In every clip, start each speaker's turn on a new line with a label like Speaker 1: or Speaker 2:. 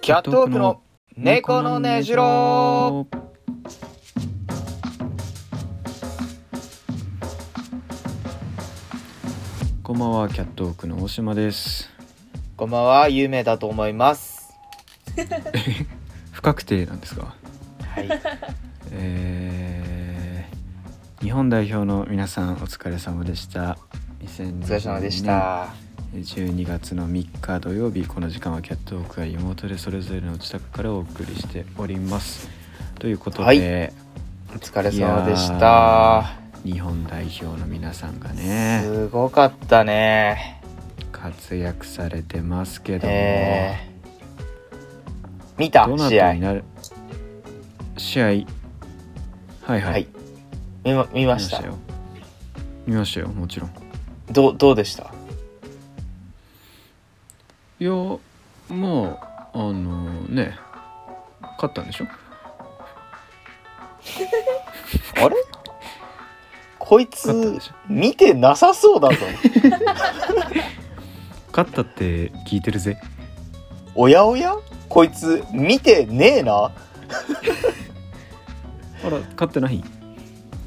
Speaker 1: キャットウォークの猫のねじろ
Speaker 2: こんばんはキャットウォークの大島です
Speaker 1: こんばんは有名だと思います
Speaker 2: 不確定なんですが
Speaker 1: はい
Speaker 2: えー日本代表の皆さんお疲れ様でした
Speaker 1: お
Speaker 2: お
Speaker 1: 疲れ様でした
Speaker 2: 12月の3日土曜日この時間はキャットウォークがリモートでそれぞれの自宅からお送りしておりますということで、
Speaker 1: はいお疲れ
Speaker 2: いや
Speaker 1: 様
Speaker 2: ー
Speaker 1: でした
Speaker 2: 日本代表の皆さんがね
Speaker 1: すごかったね
Speaker 2: 活躍されてますけども、
Speaker 1: えー、見た
Speaker 2: どな
Speaker 1: 試
Speaker 2: た
Speaker 1: 合
Speaker 2: になる試合はいはい、
Speaker 1: はい見ま見
Speaker 2: 見
Speaker 1: ま
Speaker 2: ま
Speaker 1: し
Speaker 2: した
Speaker 1: た
Speaker 2: よ見ましたよもちろん
Speaker 1: どうどうでした
Speaker 2: いやまああのね勝ったんでしょ
Speaker 1: あれこい
Speaker 2: 勝った
Speaker 1: つ
Speaker 2: でしょ
Speaker 1: 見てなさそう だぞ
Speaker 2: 勝ったって聞いてるぜ
Speaker 1: おやおやこいつ見てねえな
Speaker 2: あら勝ってない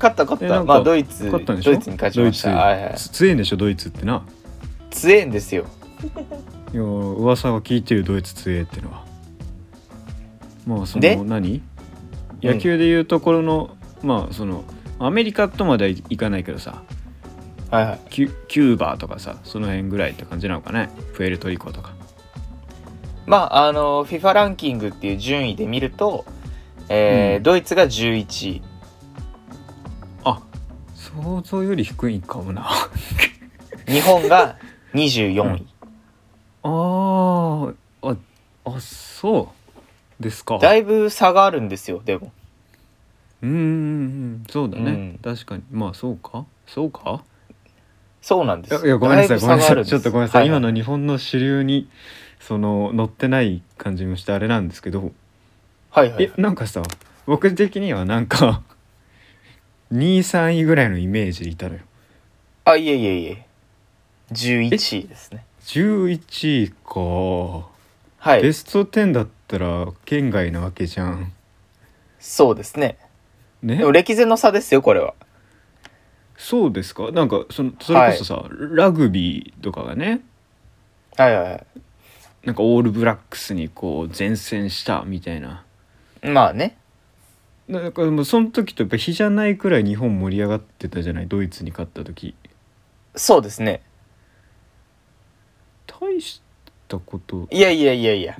Speaker 1: 勝った勝っ
Speaker 2: え
Speaker 1: た
Speaker 2: なんか
Speaker 1: まあドイツド
Speaker 2: 勝ったん
Speaker 1: イ
Speaker 2: でしょ
Speaker 1: ツに勝ちましたはいは
Speaker 2: ドイ
Speaker 1: い
Speaker 2: ツ強いんでしょドイツってな
Speaker 1: 強えんですよ
Speaker 2: いや噂は聞いてるドイツ強えってのはまあそ
Speaker 1: で
Speaker 2: の何野球でいうところの、まあそのアメリカとまではいかないけどさ
Speaker 1: はいはい
Speaker 2: キュキューバとかさその辺ぐらいって感じなのかねプエルトリコとか
Speaker 1: まああの FIFA ランキングっていう順位で見ると、えー
Speaker 2: うん
Speaker 1: ドイツが11位
Speaker 2: あ想像より低いかもな あ
Speaker 1: 日本が24位、
Speaker 2: ーああ そうですか
Speaker 1: だいぶ差があるんですよでも
Speaker 2: うーんそうだね、
Speaker 1: うん
Speaker 2: 確かにまあそうかそうか
Speaker 1: そうなんで
Speaker 2: いや
Speaker 1: す
Speaker 2: いやごめんなさいごめんなさいちょっとごめんなさい、今の
Speaker 1: に
Speaker 2: 日本の主流にその乗ってない感じもしてあれなんですけど、
Speaker 1: はいはい、
Speaker 2: えなんかさ僕的にはなんか23位ぐらいのイメージでいたのよ
Speaker 1: あいえいえいえ11位ですね
Speaker 2: 11位か、
Speaker 1: はい
Speaker 2: ベスト10だったら県外なわけじゃん
Speaker 1: そうですね
Speaker 2: ね
Speaker 1: でも歴然の差ですよこれは
Speaker 2: そうですかなんかそのそれこそさ、ラグビーとかがね
Speaker 1: はいはいは
Speaker 2: なんかオールブラックスにこう前線したみたいない
Speaker 1: まあね
Speaker 2: なんかもうその時とやっぱ比じゃないくらい日本盛り上がってたじゃないドイツに勝った時
Speaker 1: そうですね
Speaker 2: 大したこと
Speaker 1: いやいやいやい や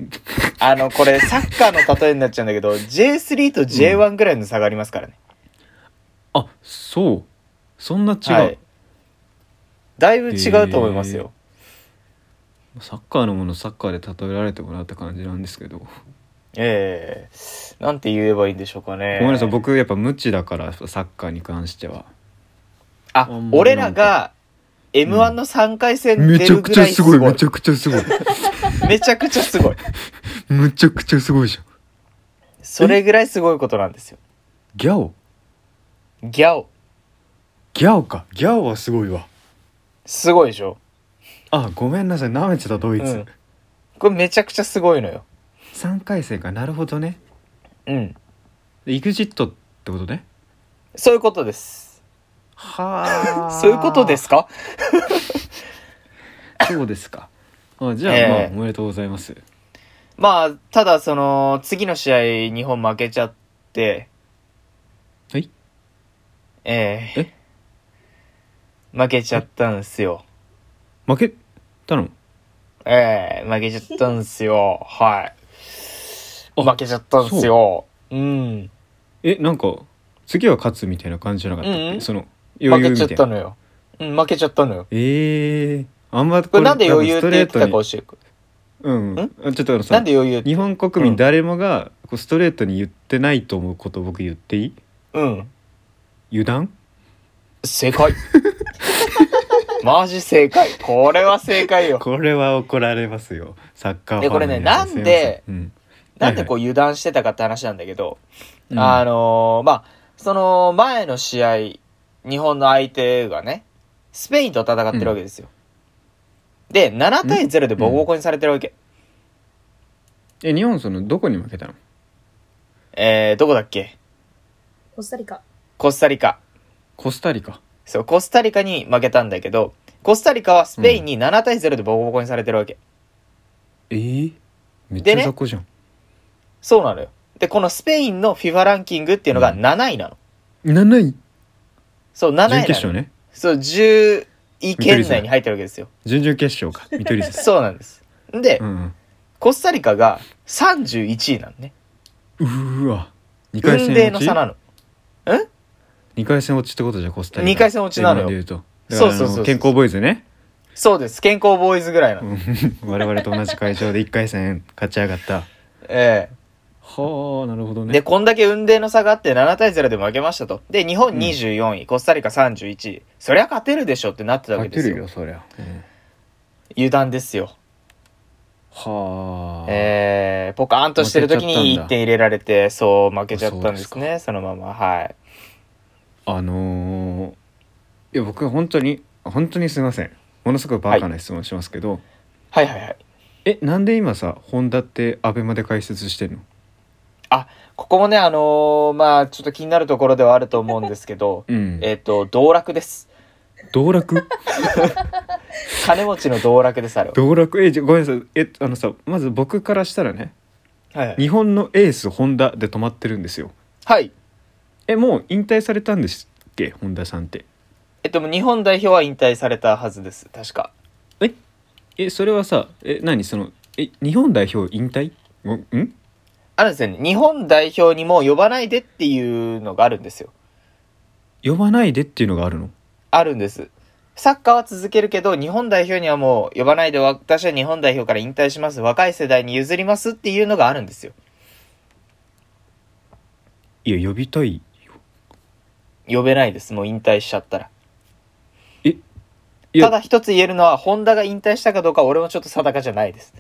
Speaker 1: あのこれサッカーの例えになっちゃうんだけど J3 と J1 ぐらいの差がありますからね、
Speaker 2: あそうそんな違う、
Speaker 1: はいだいぶ違うと思いますよ、
Speaker 2: サッカーのものサッカーで例えられてもらった感じなんですけど、
Speaker 1: ええなんて言えばいいんでしょうかね
Speaker 2: ごめんなさい僕やっぱ無知だからサッカーに関しては
Speaker 1: あ
Speaker 2: あんまり
Speaker 1: 俺らが m 1の3回戦出るぐらいすごい,、めち
Speaker 2: ゃくちゃ すごい
Speaker 1: ゃくちゃすごい
Speaker 2: むちゃくちゃすごいじゃん
Speaker 1: それぐらいすごいことなんですよ
Speaker 2: ギャオ
Speaker 1: ギャオ
Speaker 2: ギャオかギャオはすごいわ
Speaker 1: すごいでしょ、
Speaker 2: あごめんなさい舐めてたドイ
Speaker 1: う
Speaker 2: ツ、
Speaker 1: ん、これめちゃくちゃすごいのよ
Speaker 2: 3回戦かなるほどね
Speaker 1: うん
Speaker 2: イグジットってことね
Speaker 1: そういうことです
Speaker 2: は あ
Speaker 1: そういうことですか
Speaker 2: そうですかあじゃあ、
Speaker 1: ええ
Speaker 2: まあ、おめでとうございます
Speaker 1: まあただその次の試合日本負けちゃって
Speaker 2: はい
Speaker 1: ええ
Speaker 2: え
Speaker 1: 負けちゃったんですよ
Speaker 2: 負けたの
Speaker 1: ええ負けちゃったんですよはい
Speaker 2: あ
Speaker 1: 負けちゃったんですようん
Speaker 2: えなんか次は勝つみたいな感じじゃなかったっけ、
Speaker 1: うんうん
Speaker 2: その
Speaker 1: 負
Speaker 2: 余裕
Speaker 1: け
Speaker 2: み
Speaker 1: ち
Speaker 2: た
Speaker 1: ゃ
Speaker 2: い
Speaker 1: った
Speaker 2: な
Speaker 1: のよ。うん、負けちゃったのよ。
Speaker 2: えー、あんま
Speaker 1: こ
Speaker 2: こ
Speaker 1: れなんで余裕っ
Speaker 2: 多
Speaker 1: て
Speaker 2: 分ストレ
Speaker 1: 言
Speaker 2: ー
Speaker 1: って
Speaker 2: ト
Speaker 1: た
Speaker 2: に
Speaker 1: か教えてく
Speaker 2: うん
Speaker 1: ん
Speaker 2: あちょっとあのさ
Speaker 1: なんで余裕って
Speaker 2: 日本国
Speaker 1: う
Speaker 2: 民
Speaker 1: ん
Speaker 2: 誰もがこうストレートに言ってないと思うこと僕言っていい
Speaker 1: うん。
Speaker 2: 油断
Speaker 1: 正 解。マジ正解。これは正解よ。
Speaker 2: これは怒られますよサッカーファ
Speaker 1: でこ
Speaker 2: ンの皆さ
Speaker 1: れねなんで
Speaker 2: すいませんうん
Speaker 1: なんでこう油断してたかって話なんだけど、
Speaker 2: うん
Speaker 1: あのーまあ、その前の試合、日本の相手がね、スペインと戦ってるわけですよ。で、7対0でボコボコにされてるわけ。
Speaker 2: え日本そのどこに負けたの
Speaker 1: えー、どこだっけ
Speaker 3: コスタリカ。
Speaker 1: コスタリカ。
Speaker 2: コスタリカ
Speaker 1: そう、コスタリカに負けたんだけど、コスタリカはスペインに7対0でボコボコにされてるわけ。
Speaker 2: えー、めっち
Speaker 1: で
Speaker 2: ゃ
Speaker 1: ね
Speaker 2: 雑魚じゃん、
Speaker 1: そうなのよ。で、このスペインの FIFA ランキングっていうのが7位なの。
Speaker 2: 7位
Speaker 1: そう、7位なの。
Speaker 2: 準決勝ね
Speaker 1: そう、10位圏内に入ってるわけですよ。
Speaker 2: 準々決勝か見取り図
Speaker 1: そうなんです。で、
Speaker 2: うん
Speaker 1: コスタリカが31位なのね。
Speaker 2: うーわ2回
Speaker 1: 運
Speaker 2: 戦
Speaker 1: 命の
Speaker 2: 落ち
Speaker 1: 差なの。
Speaker 2: 2回戦落ちってことじゃコスタリカ
Speaker 1: 二回戦落ちなのよ
Speaker 2: 今で言うとだからあの
Speaker 1: そうそうそうそう
Speaker 2: 健康ボーイズね
Speaker 1: そうです。健康ボーイズぐらいな
Speaker 2: う
Speaker 1: の。
Speaker 2: ん 我々と同じ会場で1回戦勝ち上がった
Speaker 1: え
Speaker 2: はあなるほど
Speaker 1: え
Speaker 2: ね
Speaker 1: で、こんだけ運命の差があって7対0で負けましたと。で、日本24位、コスタリカ31位。そりゃ勝てるでしょってなってたわけ
Speaker 2: 勝
Speaker 1: で
Speaker 2: て
Speaker 1: す
Speaker 2: る
Speaker 1: よ。
Speaker 2: よそりゃ、うん
Speaker 1: 油断ですよ。
Speaker 2: はあ、
Speaker 1: えー、ポカーンとしてる時に1点入れられて、そう、負けちゃったんですね、そのまま。はい。
Speaker 2: あのー、いや僕は本当に本当にすいませんものすごいバカな質問しますけど、
Speaker 1: はいはいはい。
Speaker 2: えなんで今さ本田ってアベマで解説してんの、
Speaker 1: ここもね、あのーまあ、ちょっと気になるところではあると思うんですけど
Speaker 2: うん
Speaker 1: えっと、道楽です。
Speaker 2: 道楽
Speaker 1: 金持ちの道楽です、あれは。
Speaker 2: 道楽えじゃごめんなさいえあのさまず僕からしたらね
Speaker 1: はいはい。
Speaker 2: 日本のエース本田で止まってるんですよ
Speaker 1: はい。
Speaker 2: えもう引退されたんですっけ本田さんって
Speaker 1: えっと、日本代表は引退されたはずです、確か。
Speaker 2: えそれはさえ何そのえ日本代表引退おん
Speaker 1: あるんですよね。日本代表にも呼ばないでっていうのがあるんですよ。
Speaker 2: 呼ばないでっていうのがあるの
Speaker 1: あるんです。サッカーは続けるけど、日本代表にはもう呼ばないで、私は日本代表から引退します。若い世代に譲りますっていうのがあるんですよ。
Speaker 2: いや呼びたいよ
Speaker 1: 呼べないです、もう引退しちゃったら。
Speaker 2: いや
Speaker 1: ただ一つ言えるのは、ホンダが引退したかどうか、俺もちょっと定かじゃないです。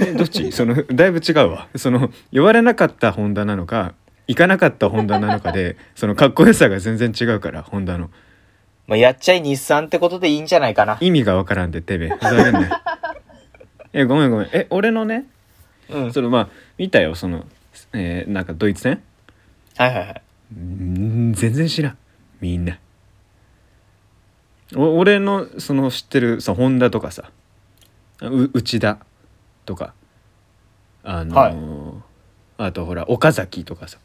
Speaker 2: えどっちそのだいぶ違うわその呼ばれなかったホンダなのか行かなかったホンダなのかでそのかっこよさが全然違うからホンダの
Speaker 1: まあ、やっちゃい日産ってことでいいんじゃないかな。
Speaker 2: 意味がわからんでてめえふざけんなよえごめんごめんえ俺のね
Speaker 1: うん。はい
Speaker 2: そのまあ見たよそのえーなんかドイツ戦
Speaker 1: はいはい。
Speaker 2: うーん全然知らんみんなお俺のその知ってるさホンダとかさう内田とかあのーあとほら岡崎とかさ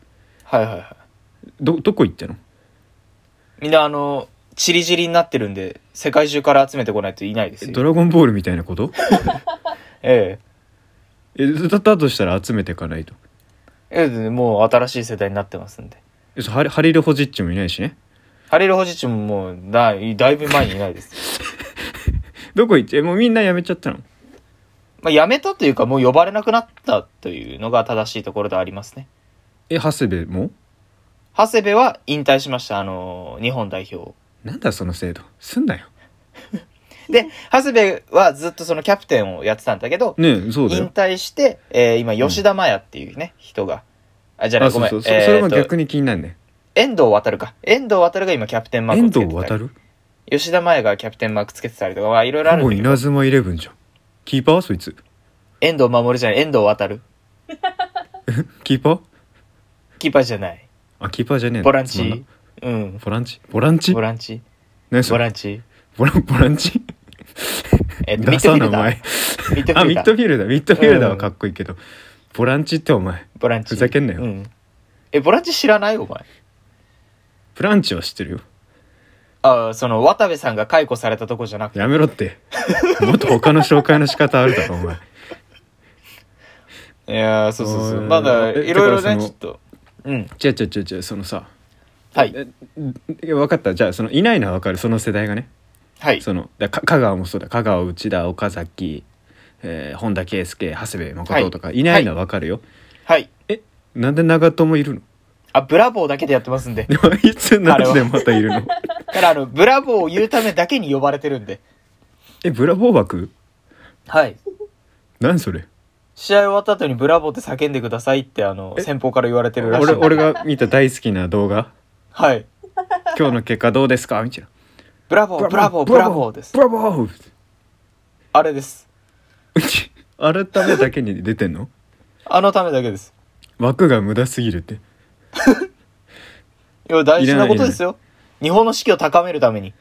Speaker 1: はいはいはい。
Speaker 2: どどこ行ったの
Speaker 1: みんなあの、チリチリになってるんで、世界中から集めてこないといないです
Speaker 2: え
Speaker 1: よ。
Speaker 2: ドラゴンボールみたいなこと
Speaker 1: え
Speaker 2: えだったとしたら集めていかないと
Speaker 1: え。ええ、もう新しい世代になってますんで。
Speaker 2: えそうハリハリル・ホジッチもいないしね
Speaker 1: ハリル・ホジッチももうだい、だいぶ前にいないです。
Speaker 2: どこ行ってえもうみんな辞めちゃったの
Speaker 1: まあ、やめたというか、もう呼ばれなくなったというのが正しいところではありますね。
Speaker 2: え長谷部も
Speaker 1: 長谷部は引退しました、あの日本代表を
Speaker 2: なんだその制度すんなよ
Speaker 1: で、長谷部はずっとそのキャプテンをやってたんだけど、
Speaker 2: ねえそうだ
Speaker 1: 引
Speaker 2: よ
Speaker 1: 退して、えー今、吉田麻也っていうね、人が。あ、じゃない、
Speaker 2: あ
Speaker 1: ご
Speaker 2: そう
Speaker 1: めん。
Speaker 2: そうそ,、それ
Speaker 1: えー
Speaker 2: も
Speaker 1: と
Speaker 2: 逆に気になるね
Speaker 1: 遠藤航か。遠藤航が今キャプテンマーク
Speaker 2: 遠
Speaker 1: をつけ
Speaker 2: 藤
Speaker 1: てたり。
Speaker 2: 渡る
Speaker 1: 吉田麻也がキャプテンマークつけてたりとか、まあ、いろいろある
Speaker 2: も
Speaker 1: んだ
Speaker 2: う
Speaker 1: け
Speaker 2: 稲
Speaker 1: ど。
Speaker 2: 妻イレブンじゃんキーパーそいつ
Speaker 1: 遠藤守じゃない、遠藤航。
Speaker 2: キーパー
Speaker 1: キーパーじゃない。
Speaker 2: あキーパーじゃねえ
Speaker 1: ボラン
Speaker 2: つまんな
Speaker 1: チ。うん。
Speaker 2: ボランチボランチ
Speaker 1: ボランチ。
Speaker 2: 何そ
Speaker 1: ボ
Speaker 2: れ
Speaker 1: ランチ。
Speaker 2: ボランボランチ
Speaker 1: えっと、ミッ
Speaker 2: ダ
Speaker 1: ド
Speaker 2: サ
Speaker 1: フィ
Speaker 2: 名
Speaker 1: ルダー。
Speaker 2: 前
Speaker 1: ミッドフィ
Speaker 2: あ
Speaker 1: ル
Speaker 2: ミッ
Speaker 1: ダ
Speaker 2: ド
Speaker 1: ー。
Speaker 2: フィルダーミッドフィルダーはかっこいいけどボランチってお前
Speaker 1: ボランチ。
Speaker 2: ふざけんなよ
Speaker 1: うん。え、ボランチ知らないお前。
Speaker 2: ブランチは知ってるよ
Speaker 1: あその、渡部さんが解雇されたとこじゃなくて。
Speaker 2: やめろ って。もっと他の紹介の仕方あるだろ、お前。
Speaker 1: いやーそうそうそう。
Speaker 2: おい
Speaker 1: まだ、
Speaker 2: え
Speaker 1: いろいろ
Speaker 2: だから
Speaker 1: ね、
Speaker 2: そ
Speaker 1: ち
Speaker 2: の
Speaker 1: ょっと。うん。
Speaker 2: 違う違う違う違う、そのさ。
Speaker 1: はい。
Speaker 2: えいや分かった。じゃあ、その、いないのは分かる、その世代がね。
Speaker 1: はい。
Speaker 2: その、だか香川もそうだ。香川、内田、岡崎、えー本田圭佑、長谷部誠とか、い、ないのは分かるよ。
Speaker 1: はい。
Speaker 2: なんで長友いるの
Speaker 1: あ、ブラボーだけでやってますんで。
Speaker 2: でもいつなんでまたいる の
Speaker 1: だから、あの、ブラボーを言うためだけに呼ばれてるんで。
Speaker 2: え、ブラボー枠
Speaker 1: はい。
Speaker 2: 何それ
Speaker 1: 試合終わった後にブラボーって叫んでくださいって、あの、
Speaker 2: え
Speaker 1: 先方から言われてるらしいんで。
Speaker 2: 俺俺が見た大好きな動 画
Speaker 1: はい。
Speaker 2: 「今日の結果どうですか?」みたいな
Speaker 1: ブラボー、ブラボー、ブラボーです。
Speaker 2: ブラボー
Speaker 1: あれです。
Speaker 2: うちあ るためだけに出てんの
Speaker 1: あのためだけです。
Speaker 2: 枠が無駄すぎるって
Speaker 1: いや、大事なことですよ。日本の士気を高めるために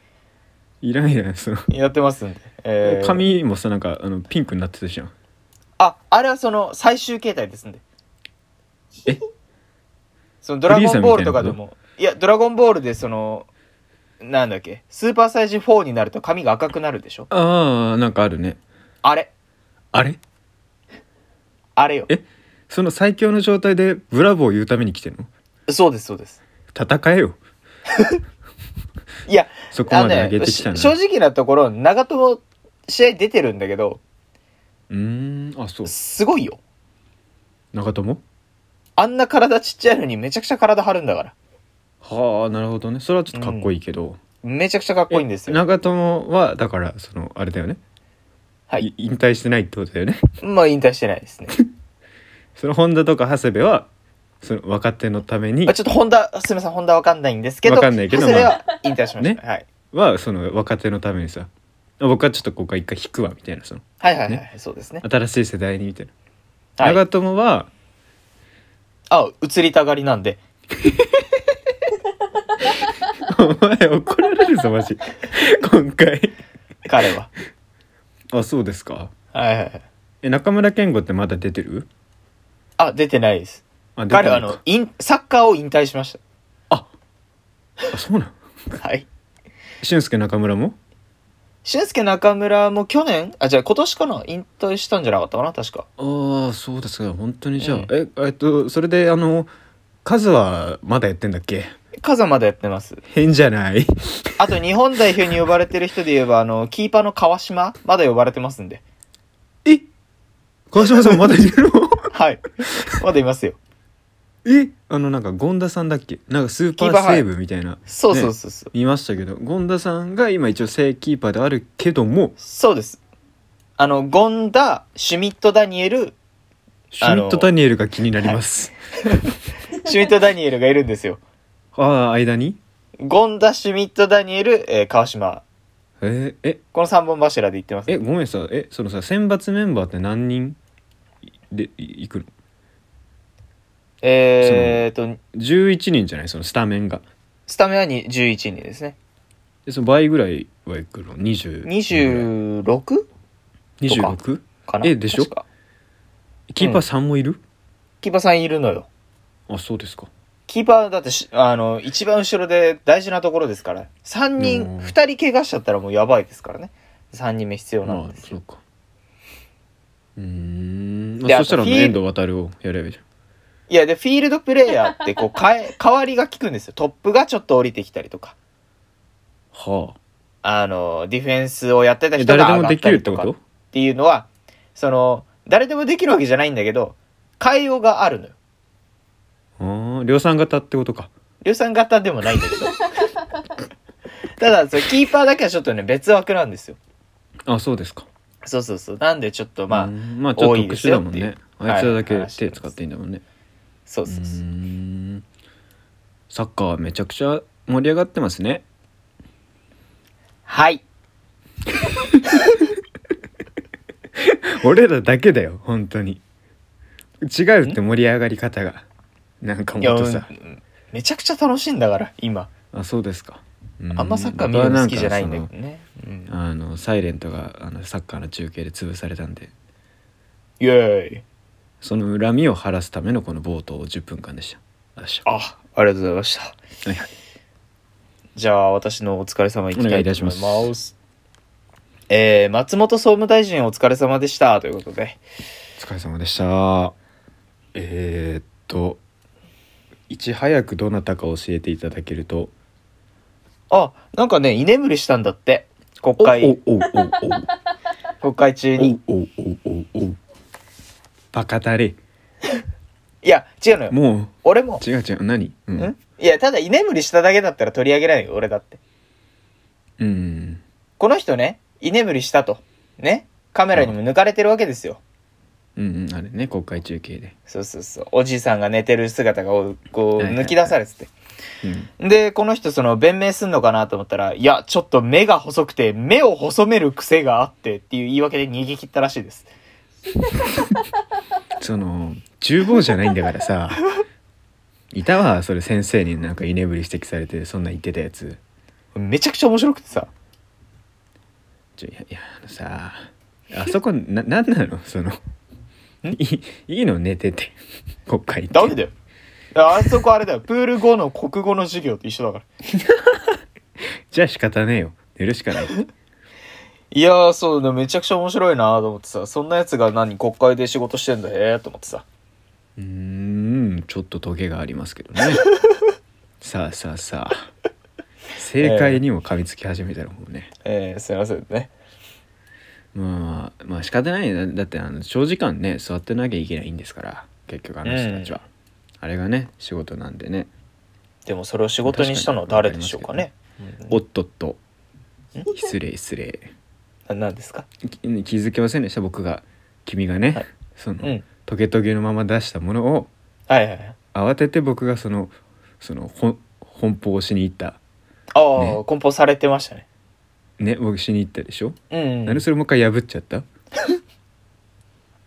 Speaker 2: いらんやんその、
Speaker 1: やってますんで。えー
Speaker 2: 髪もさなんかあのピンクになってたじゃん
Speaker 1: あ、あれはその最終形態ですんで。
Speaker 2: え
Speaker 1: そのドラゴンボールとかでも、いや、ドラゴンボールでその、なんだっけ、スーパーサイジ4になると髪が赤くなるでしょ
Speaker 2: ああなんかあるね
Speaker 1: あれ、
Speaker 2: あれ
Speaker 1: あれよ。
Speaker 2: えその最強の状態でブラボーを言うために来てんの
Speaker 1: そうです、そうです。
Speaker 2: 戦えよ
Speaker 1: いや、
Speaker 2: そこ
Speaker 1: あ
Speaker 2: ま
Speaker 1: の
Speaker 2: で上
Speaker 1: ね
Speaker 2: げ、てき
Speaker 1: した
Speaker 2: のに
Speaker 1: 正直なところ、長友試合出てるんだけど、
Speaker 2: うーんあそう
Speaker 1: すごいよ。
Speaker 2: 長友
Speaker 1: あんな体ちっちゃいのにめちゃくちゃ体張るんだから。
Speaker 2: はあなるほどねそれはちょっとかっこいいけど、
Speaker 1: めちゃくちゃかっこいいんですよ。
Speaker 2: 長友はだからそのあれだよね、
Speaker 1: はい
Speaker 2: 引退してないってことだよね
Speaker 1: まあ引退してないですね。
Speaker 2: その本田とか長谷部はその若手のために
Speaker 1: まあちょっと本田、すみません、本田わかんないんですけど、
Speaker 2: わかんないけど
Speaker 1: それは引退しました。
Speaker 2: ね
Speaker 1: はい、
Speaker 2: はその若手のためにさ僕はちょっとここは一回引くわみたいなその
Speaker 1: はいはいはい、
Speaker 2: ね
Speaker 1: そうですね。
Speaker 2: 新しい世代にみたいな、
Speaker 1: はい、
Speaker 2: 長友は
Speaker 1: あ、移りたがりなんで、
Speaker 2: お前怒られる ぞマジ今回
Speaker 1: 彼は。
Speaker 2: あそうですか
Speaker 1: はいはいはい。
Speaker 2: え中村健吾ってまだ出てる
Speaker 1: あ、出てないです。
Speaker 2: あ出て
Speaker 1: 彼は
Speaker 2: な
Speaker 1: あ
Speaker 2: いか
Speaker 1: の、インサッカーを引退しまし
Speaker 2: あそうなん
Speaker 1: た。はい。
Speaker 2: 俊介中村も
Speaker 1: 俊介中村も去年、あ、じゃあ今年かな、引退したんじゃなかったかな、確か。
Speaker 2: ああそうですか本当に
Speaker 1: じゃあ
Speaker 2: ええっとそれであのカズはまだやってんだっけ
Speaker 1: カザまでやってます。
Speaker 2: 変じゃない
Speaker 1: あと日本代表に呼ばれてる人で言えば、あの、キーパーの川島、まだ呼ばれてますんで。
Speaker 2: え川島さんまだいるの
Speaker 1: はい。まだいますよ。
Speaker 2: えあのなんか権田さんだっけなんかスーパ
Speaker 1: キーパー
Speaker 2: ーセーブみたいな
Speaker 1: そうそうそうそう。
Speaker 2: 見ましたけど権田さんが今一応正キーパーであるけども
Speaker 1: そうです。あの、ゴンダ、シュミット・ダニエル、
Speaker 2: シュミット・ダニエルが気になります
Speaker 1: シュミット・ダニエルがいるんですよ。
Speaker 2: ああ間に
Speaker 1: ゴンダ、シュミット、ダニエル、えー川島。
Speaker 2: えーえ
Speaker 1: この3本柱で言ってます。
Speaker 2: えごめんさえそのさ選抜メンバーって何人でいいくの
Speaker 1: えーっと、
Speaker 2: 11人じゃないそのスタメンが
Speaker 1: スタメンはに11人ですね。
Speaker 2: でその倍ぐらいはいくの20
Speaker 1: 26?
Speaker 2: 26?
Speaker 1: かな
Speaker 2: えでしょ
Speaker 1: 確か
Speaker 2: キーパーさんもいる、
Speaker 1: キーパーさんいるのよ。
Speaker 2: あそうですか
Speaker 1: キーパーだってしあの、一番後ろで大事なところですから。3
Speaker 2: う
Speaker 1: 人、
Speaker 2: ん
Speaker 1: 2人怪我しちゃったらもうやばいですからね。3人目必要なん
Speaker 2: あ
Speaker 1: です
Speaker 2: そ
Speaker 1: よ
Speaker 2: う。かうーん、
Speaker 1: で
Speaker 2: まあ、そしたら
Speaker 1: あ
Speaker 2: あ
Speaker 1: と
Speaker 2: の
Speaker 1: フィー
Speaker 2: 遠藤航をやればいいじゃん
Speaker 1: いや、で、フィールドプレイヤーって、こう、変え、 代わりが効くんですよ。トップがちょっと降りてきたりとか。
Speaker 2: はあ
Speaker 1: あの、ディフェンスをやってた
Speaker 2: え
Speaker 1: 人
Speaker 2: 誰
Speaker 1: が
Speaker 2: で
Speaker 1: 上
Speaker 2: も
Speaker 1: がっ
Speaker 2: でき
Speaker 1: た
Speaker 2: るっ
Speaker 1: りと
Speaker 2: てこ
Speaker 1: か
Speaker 2: と
Speaker 1: っていうのは、その、誰でもできるわけじゃないんだけど、対応があるのよ。
Speaker 2: ああ量産型ってことか
Speaker 1: 量産型でもないんだけど。 ただ、そのキーパーだけはちょっとね、別枠なんですよ。
Speaker 2: あそうですか
Speaker 1: そうそうそう。なんでちょっと、まあ、
Speaker 2: うんまあちょっと特殊だもん
Speaker 1: 多いで
Speaker 2: ね
Speaker 1: すいう
Speaker 2: あいつらだけ
Speaker 1: はい
Speaker 2: 手使っていいんだもんね、
Speaker 1: そう
Speaker 2: う
Speaker 1: そうそう。
Speaker 2: ーんサッカーはめちゃくちゃ盛り上がってますね
Speaker 1: はい。
Speaker 2: 俺らだけだよ本当に違うって盛り上がり方がなんか
Speaker 1: い
Speaker 2: も
Speaker 1: や、
Speaker 2: っ
Speaker 1: う
Speaker 2: と
Speaker 1: ん
Speaker 2: さ
Speaker 1: めちゃくちゃ楽しいんだから、今。
Speaker 2: あそうですか
Speaker 1: あんまサッカー見るの好きじゃないんだけどね。うん
Speaker 2: あのサイレントがあのサッカーの中継で潰されたんで
Speaker 1: イェーイ。
Speaker 2: その恨みを晴らすためのこの冒頭を10分間でしたよいしょ
Speaker 1: あ、ありがとうございました。
Speaker 2: はいはい
Speaker 1: じゃあ私のお疲れ様いきたいと思います。
Speaker 2: お願いいたしま
Speaker 1: えー、松本総務大臣お疲れ様でしたということで。
Speaker 2: お疲れ様でしたえー、っといち早くどなたか教えていただけると
Speaker 1: あ、なんかね、居眠りしたんだって。国会、
Speaker 2: おおおおお
Speaker 1: 国会中に。
Speaker 2: おおおおおバカだれ
Speaker 1: いや、違うのよ。
Speaker 2: も
Speaker 1: 俺も。
Speaker 2: う違う違う何うんん
Speaker 1: いや、ただ居眠りしただけだったら取り上げないよ、俺だって。
Speaker 2: うん
Speaker 1: この人ね、居眠りしたと。ね。カメラにも抜かれてるわけですよ。
Speaker 2: うんうんあれね国会中継で、
Speaker 1: そうそうそう。おじいさんが寝てる姿がこうこう
Speaker 2: はいはいはい
Speaker 1: 抜き出されてて。
Speaker 2: うん、
Speaker 1: で、この人その弁明すんのかなと思ったら、いや、ちょっと目が細くて、目を細める癖があってっていう言い訳で逃げ切ったらしいです。
Speaker 2: その厨房じゃないんだからさ いたわそれ先生になんか居眠り指摘されてそんなん言ってたやつ
Speaker 1: めちゃくちゃ面白くてさ
Speaker 2: ちょいやいやあのさあそこななんなのそのいいいいの寝て て国会って
Speaker 1: ダメだよあそこあれだよプール後の国語の授業と一緒だから
Speaker 2: じゃあ仕方ねえよ寝るしかない
Speaker 1: いやーそうねめちゃくちゃ面白いなと思ってさそんなやつが何国会で仕事してんだへえと思ってさ
Speaker 2: うーんちょっとトゲがありますけ どねさあさあさあ正解にも噛みつき始めたらもうね、
Speaker 1: えー、すいませんね
Speaker 2: まあまあ仕方ないねだってあの長時間ね座ってなきゃいけないんですから結局あの人たちは、あれがね仕事なんでね
Speaker 1: でもそれを仕事にしたのは誰でしょうかね
Speaker 2: おっとっと失礼失礼
Speaker 1: 何、なんですか
Speaker 2: き気づきませんでした僕が君がね、
Speaker 1: はい
Speaker 2: その、
Speaker 1: うん
Speaker 2: トゲトゲのまま出したものを
Speaker 1: はいはいはい
Speaker 2: 慌てて僕がそのそのほん奔放しに行った
Speaker 1: ああ、
Speaker 2: ね
Speaker 1: 梱包されてましたね
Speaker 2: ね僕しに行ったでしょ
Speaker 1: うん、
Speaker 2: なんでそれもう一回破っちゃった
Speaker 1: い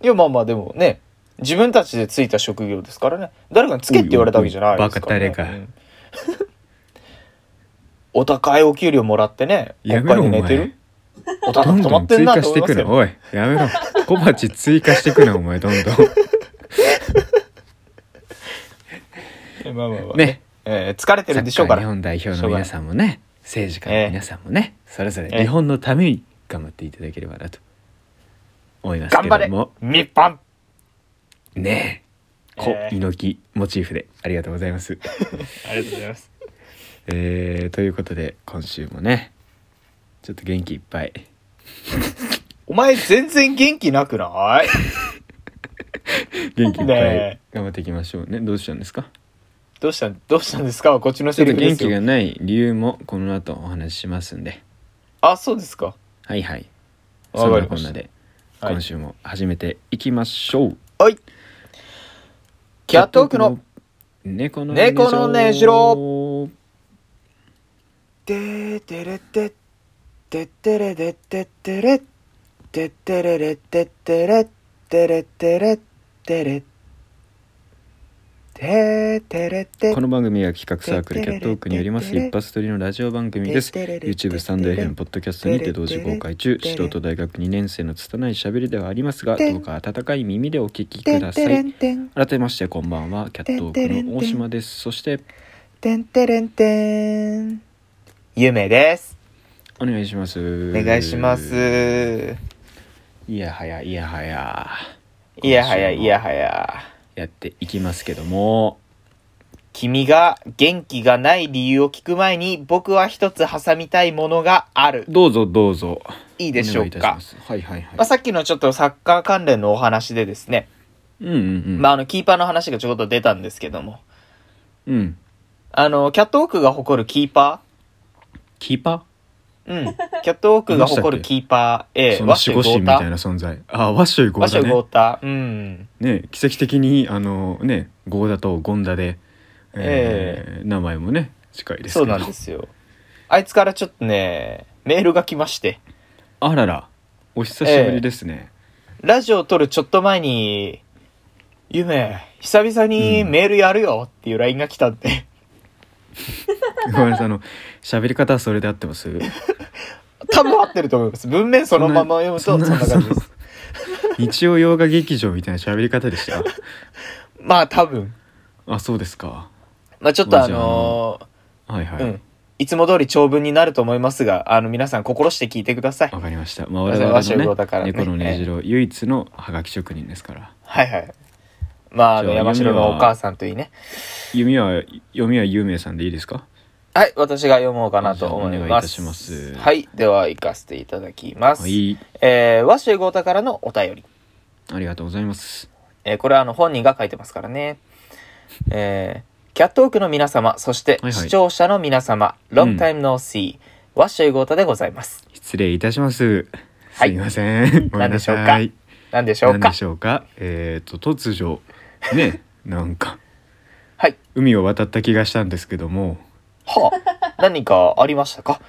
Speaker 1: やまあまあでもね自分たちでついた職業ですからね誰かにつけって言われたわけじゃないですから、ね、
Speaker 2: おいおいバカ誰か
Speaker 1: うん お高いお給料もらってね
Speaker 2: や
Speaker 1: 国
Speaker 2: め
Speaker 1: 会で
Speaker 2: ろお前
Speaker 1: 寝てるお高
Speaker 2: どん
Speaker 1: く止
Speaker 2: ど
Speaker 1: ま
Speaker 2: ん
Speaker 1: ってん
Speaker 2: 追
Speaker 1: な
Speaker 2: 加
Speaker 1: と
Speaker 2: し
Speaker 1: 思
Speaker 2: て
Speaker 1: いま
Speaker 2: く
Speaker 1: すけ
Speaker 2: な
Speaker 1: ど
Speaker 2: おいやめろ小鉢追加してくなお前どんどん
Speaker 1: えまあま あまあ
Speaker 2: ね
Speaker 1: えー疲れてるんでしょうか
Speaker 2: 日
Speaker 1: ら
Speaker 2: 本代表の皆さんもね政治家の皆さんもね、それぞれ
Speaker 1: ええ
Speaker 2: 日本のために頑張っていただければなと思いますけ
Speaker 1: 頑張れ
Speaker 2: ども
Speaker 1: 日本
Speaker 2: ねえ
Speaker 1: え
Speaker 2: 小
Speaker 1: え
Speaker 2: 猪木モチーフでありがとうござい ます、
Speaker 1: ありがとうございます
Speaker 2: えー、ということで今週もねちょっと元気いっぱい
Speaker 1: お前全然元気なくない
Speaker 2: 元気いっぱい
Speaker 1: ね
Speaker 2: 頑張っていきましょうねどうしたんですか
Speaker 1: どうしたんどうしたんですかこっちの
Speaker 2: ちょ
Speaker 1: セ
Speaker 2: っと
Speaker 1: リフで
Speaker 2: 元
Speaker 1: す
Speaker 2: 気
Speaker 1: よ
Speaker 2: がない理由もこの後お話ししますんで
Speaker 1: あそうですか
Speaker 2: はいはいそん
Speaker 1: わか
Speaker 2: な
Speaker 1: り
Speaker 2: こ
Speaker 1: ま
Speaker 2: ん
Speaker 1: し
Speaker 2: な
Speaker 1: た
Speaker 2: で
Speaker 1: はい
Speaker 2: 今週も始めていきましょう、
Speaker 1: はいキャットオークの
Speaker 2: 猫の
Speaker 1: 猫のねじろ
Speaker 2: ろ
Speaker 1: てーてれてってってれでってってれってってれれってってれってれってれってれてーてれて
Speaker 2: この番組は企画サークルキャットオークによります一発撮りのラジオ番組です YouTube スタンド FM ポッドキャストにて同時公開中素人大学2年生の拙い喋りではありますがどうか温かい耳でお聞きください
Speaker 1: んてん
Speaker 2: 改めましてこんばんはキャットオークの大島ですそして
Speaker 1: てんてれんてんゆめです
Speaker 2: お願いします
Speaker 1: お願いします
Speaker 2: いやはやいやはや
Speaker 1: いやはやいやはや
Speaker 2: やっていきますけども
Speaker 1: 君が元気がない理由を聞く前に僕は一つ挟みたいものがある
Speaker 2: どうぞどうぞ
Speaker 1: い
Speaker 2: い
Speaker 1: いでしょう
Speaker 2: お願いい
Speaker 1: か
Speaker 2: たしますはいはいはい
Speaker 1: まあ、さっきのちょっとサッカー関連のお話でですね、
Speaker 2: うんうんうん
Speaker 1: まあ、あのキーパーの話がちょこっと出たんですけども
Speaker 2: うん
Speaker 1: あのキャットウォークが誇るキーパ
Speaker 2: キーパ
Speaker 1: ー うんキャットウォークが誇るキーパー
Speaker 2: ー
Speaker 1: A
Speaker 2: そ
Speaker 1: ワ
Speaker 2: の
Speaker 1: ッシ
Speaker 2: 守
Speaker 1: ュ
Speaker 2: 護
Speaker 1: ゴ
Speaker 2: 神
Speaker 1: ー
Speaker 2: み
Speaker 1: タ
Speaker 2: たいな存在あワッショイゴ
Speaker 1: ワッシ
Speaker 2: ー
Speaker 1: ュ
Speaker 2: ダ
Speaker 1: ゴー
Speaker 2: ね
Speaker 1: タうん
Speaker 2: ね奇跡的にあのねゴーダとゴンダで、えー名前もね近いです
Speaker 1: そ
Speaker 2: け
Speaker 1: う
Speaker 2: ど
Speaker 1: なんですよあいつからちょっとねメールが来まして
Speaker 2: あららお久しぶりですね、
Speaker 1: ラジオを撮るちょっと前に「ゆめ久々にメールやるよ」っていう LINE が来たんで
Speaker 2: ごめんなさいあの喋り方はそれで合ってます
Speaker 1: 多分合ってると思います文面そのまま読むとそ
Speaker 2: そ
Speaker 1: ん
Speaker 2: ん
Speaker 1: な
Speaker 2: な
Speaker 1: 感じです
Speaker 2: 日曜洋画劇場みたいな喋り方 でした
Speaker 1: まあ多分
Speaker 2: あそうですか
Speaker 1: まあちょっとあ
Speaker 2: まあじゃああ
Speaker 1: のー
Speaker 2: はいはい、
Speaker 1: うん。いつも通り長文になると思いますが、あの、皆さん心して聞いてください。
Speaker 2: わかりました。まあ
Speaker 1: まあ
Speaker 2: 我
Speaker 1: それ
Speaker 2: 々
Speaker 1: は和食
Speaker 2: の
Speaker 1: 堂
Speaker 2: ね
Speaker 1: だからね
Speaker 2: 猫のねじろう唯一のハガキ職人ですから。
Speaker 1: はいはい。まあ、あの、
Speaker 2: じゃあ
Speaker 1: 山城のお母さんといいね。
Speaker 2: 弓は読みは有名さんでいいですか？
Speaker 1: はい、私が読もうかなと思い
Speaker 2: じゃあお願いい
Speaker 1: ま
Speaker 2: た
Speaker 1: す。
Speaker 2: します
Speaker 1: はい、では行かせていただきます。
Speaker 2: はい、
Speaker 1: えー、和紙豪太からのお便り。
Speaker 2: ありがとうございます。
Speaker 1: えーこれはあの、本人が書いてますからね。えー、キャットオークの皆様、そして
Speaker 2: はいはい
Speaker 1: 視聴者の皆様、
Speaker 2: う
Speaker 1: Long
Speaker 2: ん
Speaker 1: Time No See、和紙豪太でございます。
Speaker 2: 失礼いたします。
Speaker 1: は
Speaker 2: す
Speaker 1: い
Speaker 2: いませ ん。ごめんなさい。
Speaker 1: 何でしょ
Speaker 2: な
Speaker 1: うんか
Speaker 2: でしょうか？えっと突如ね、 なんか
Speaker 1: はい。
Speaker 2: 海を渡った気がしたんですけども、
Speaker 1: はあ、何かありましたか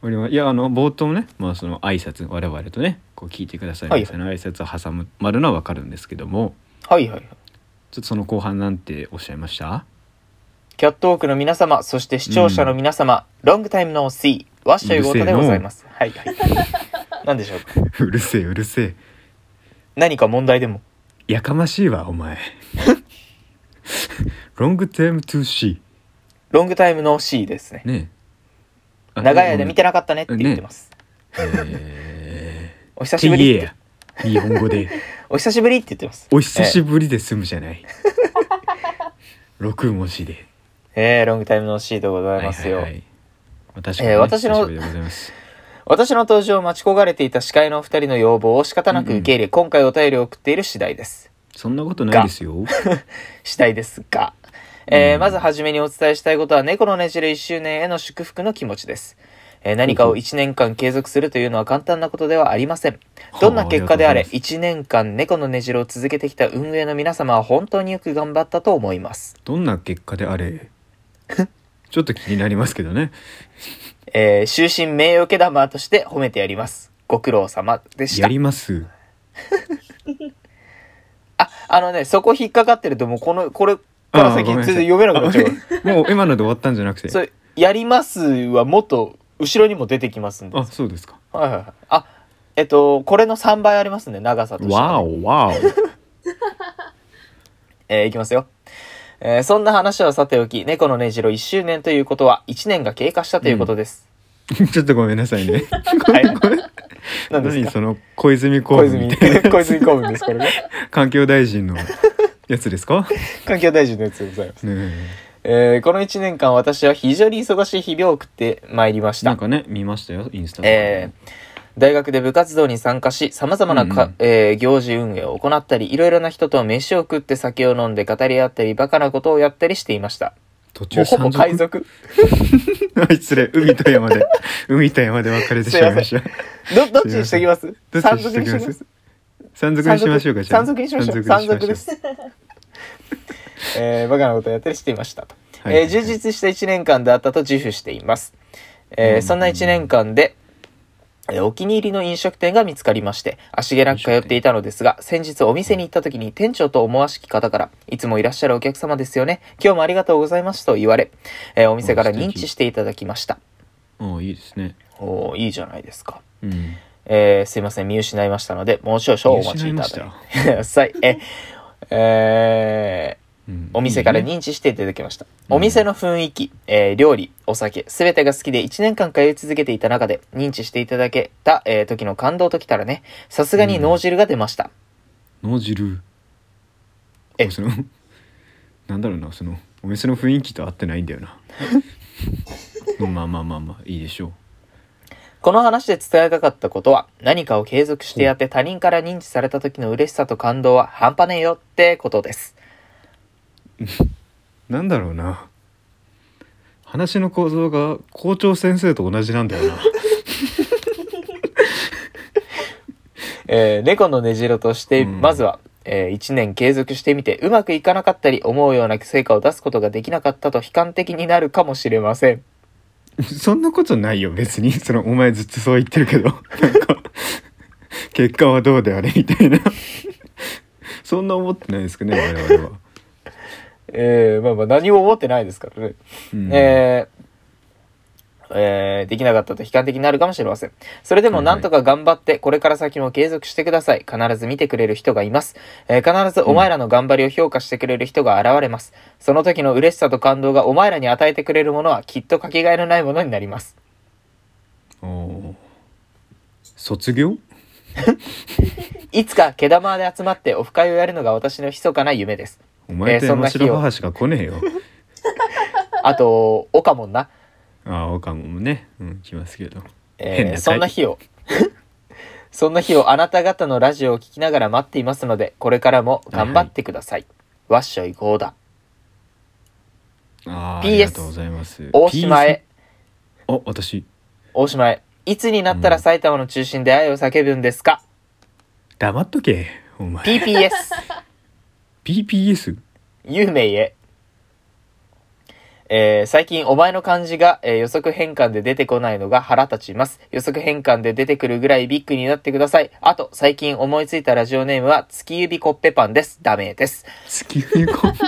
Speaker 2: 俺はいやあの冒頭ね、まあ、その挨拶我々とねこう聞いてください
Speaker 1: はい
Speaker 2: みたいな挨拶を挟むまるのは分かるんですけども
Speaker 1: はいはいはい。
Speaker 2: ちょっとその後半なんておっしゃいました
Speaker 1: キャットウォークの皆様、そして視聴者の皆様、ロングタイムの C、ワッシャイゴータでございます。はいはい。何でしょうか
Speaker 2: うるせえうるせえ
Speaker 1: 何か問題でも。
Speaker 2: やかましいわ お前 ロングタイム 2C
Speaker 1: ロングタイムの C ですね。
Speaker 2: ねえあ
Speaker 1: 長い間見て
Speaker 2: な
Speaker 1: なかったねって言ってます。
Speaker 2: え
Speaker 1: お
Speaker 2: ー、
Speaker 1: 久
Speaker 2: って
Speaker 1: しぶ
Speaker 2: 言え
Speaker 1: りって
Speaker 2: や日本 語で
Speaker 1: お久しぶりって言ってます。
Speaker 2: お久しぶりで済むじゃない、六6文字で
Speaker 1: えー、ロングタイムの C でございますよ。
Speaker 2: い私かに
Speaker 1: え
Speaker 2: ね
Speaker 1: ー私の
Speaker 2: 久しぶりでございます
Speaker 1: 私の登場を待ち焦がれていた司会のお二人の要望を仕方なく受け入れ、今回お便りを送っている次第です。
Speaker 2: そんなことないですよ
Speaker 1: 次第ですが、えー
Speaker 2: うん
Speaker 1: まずはじめにお伝えしたいことは猫のねじる1周年への祝福の気持ちです。えー何かを1年間継続するというのは簡単なことではありません。どんな結果であれ、
Speaker 2: はありがとうござい
Speaker 1: 1
Speaker 2: ま
Speaker 1: 年間猫のねじるを続けてきた運営の皆様は本当によく頑張ったと思います。
Speaker 2: すどんな結果であれちょっと気になりますけどね
Speaker 1: えー終身名誉けダマーとして褒めてやります。ご苦労様でし
Speaker 2: や
Speaker 1: た。
Speaker 2: ります
Speaker 1: あ、あのね、そこ引っかかってるともうこの、これから先
Speaker 2: あーごめんなさ
Speaker 1: 全
Speaker 2: い
Speaker 1: 然読めなくなっちゃう。
Speaker 2: もう今ので終わったんじゃなくて
Speaker 1: それ、やりますはもっと後ろにも出てきますんで。
Speaker 2: あそうですか
Speaker 1: はいはいはい。あ、えっと、これの3倍ありますね、長さとしてはね、
Speaker 2: わおわお
Speaker 1: えーいきますよ。えーそんな話はさておき、猫のねじろ1周年ということは、1年が経過したということです。
Speaker 2: ちょっとごめんなさ いね
Speaker 1: はい。何で
Speaker 2: 何
Speaker 1: すか
Speaker 2: その小泉公
Speaker 1: 小
Speaker 2: 文
Speaker 1: 泉
Speaker 2: みたい、
Speaker 1: 小泉公文です、これね。
Speaker 2: な環境大臣のやつで すか
Speaker 1: 環境大臣のやつでございます。
Speaker 2: ねえ
Speaker 1: えーこの1年間、私は非常に忙しい日々を送ってまいりまし
Speaker 2: な
Speaker 1: た
Speaker 2: ん。かね見ましたよインスタとか
Speaker 1: えー大学で部活動に参加し、様々なか、
Speaker 2: うんうん
Speaker 1: えー行事運営を行ったり、いろいろな人と飯を食って酒を飲んで語り合ったり、バカなことをやったりしていました。
Speaker 2: 途
Speaker 1: も
Speaker 2: 中
Speaker 1: うほぼ
Speaker 2: 山
Speaker 1: 海
Speaker 2: 賊
Speaker 1: 賊
Speaker 2: 失礼海と 山で海と山で別れてしまいました
Speaker 1: ど、どっちにしときます
Speaker 2: どっち
Speaker 1: 山
Speaker 2: にし
Speaker 1: 賊
Speaker 2: て
Speaker 1: に
Speaker 2: き
Speaker 1: しときま
Speaker 2: ま
Speaker 1: す
Speaker 2: す山賊にしましょうかじゃあ
Speaker 1: 山賊にしましょう。山賊です。えー、バカなことをやったりしていましたと。
Speaker 2: はいはい
Speaker 1: えー充実した1年間であったと自負しています。えー
Speaker 2: うん
Speaker 1: そんな1年間で、えーお気に入りの飲食店が見つかりまして、足げなく通っていたのですが、先日お店に行った時に店長と思わしき方から、いつもいらっしゃるお客様ですよね。今日もありがとうございますと言われ、えーお店から
Speaker 2: うん素敵
Speaker 1: 認知していただきました。
Speaker 2: おいいですね
Speaker 1: おーいいじゃないですか。
Speaker 2: うん
Speaker 1: えーすいません、見失いましたので、もう少々お待ちいただいて
Speaker 2: 見
Speaker 1: くだ さい。え、えー
Speaker 2: うん
Speaker 1: お店から
Speaker 2: いいね
Speaker 1: 認知していただきました。お店の雰囲気、えー料理、お酒、すべてが好きで1年間通い続けていた中で、認知していただけた、えー時の感動ときたらね、さすがに脳汁が出ました。
Speaker 2: 脳汁
Speaker 1: え
Speaker 2: その なんだろうなそのお店の雰囲気と合ってないんだ よなうんまあまあまあまあいいでしょ
Speaker 1: この話で伝えたかったことは、何かを継続してやって他人から認知された時の嬉しさと感動は半端ねえよってことです。
Speaker 2: うなんだろうな話の構造が校長先生と同じなんだよな
Speaker 1: えー猫のねじろとして、
Speaker 2: うん
Speaker 1: まずは、え1年継続してみて、うまくいかなかったり、思うような成果を出すことができなかったと悲観的になるかもしれません。
Speaker 2: そんなことないよ別にそのお前ずっとそう言ってるけどなんか結果はどうであれみたいなそんな思ってないですかね我々は、
Speaker 1: ええまあまあ何も思ってないですからね。
Speaker 2: うん
Speaker 1: えーえーできなかったと悲観的になるかもしれません。それでも
Speaker 2: はいはい
Speaker 1: なんとか頑張って、これから先も継続してください。必ず見てくれる人がいます。えー必ずお前らの頑張りを評価してくれる人が現れます。その時の嬉しさと感動がお前らに与えてくれるものはきっとかけがえのないものになります。
Speaker 2: おー卒業
Speaker 1: いつか毛玉で集まってオフ会をやるのが私の密かな夢です。
Speaker 2: お前と
Speaker 1: えーそんな
Speaker 2: 山
Speaker 1: 日を
Speaker 2: 城母しか来ねえよ、
Speaker 1: あと、オカモンな。
Speaker 2: ああ、オカモもね、うん、来ますけど。変な
Speaker 1: えー
Speaker 2: 回
Speaker 1: そんな日を そんな日をあなた方のラジオを聞きながら待っていますのでこれからも頑張ってください、わっしょいゴーダ
Speaker 2: ああ、あ
Speaker 1: PS
Speaker 2: りがとうございます。
Speaker 1: 大島へ
Speaker 2: PS。あ、私、
Speaker 1: 大島へいつになったら埼玉の中心で愛を叫ぶんですか、
Speaker 2: 黙っとけ、お前。
Speaker 1: PPS
Speaker 2: ピ PPS?
Speaker 1: 有名へえー最近お前の漢字が、えー予測変換で出てこないのが腹立ちます。予測変換で出てくるぐらいビッグになってください。あと、最近思いついたラジオネームは月指コッペパンです。ダメです。
Speaker 2: 月見コッペ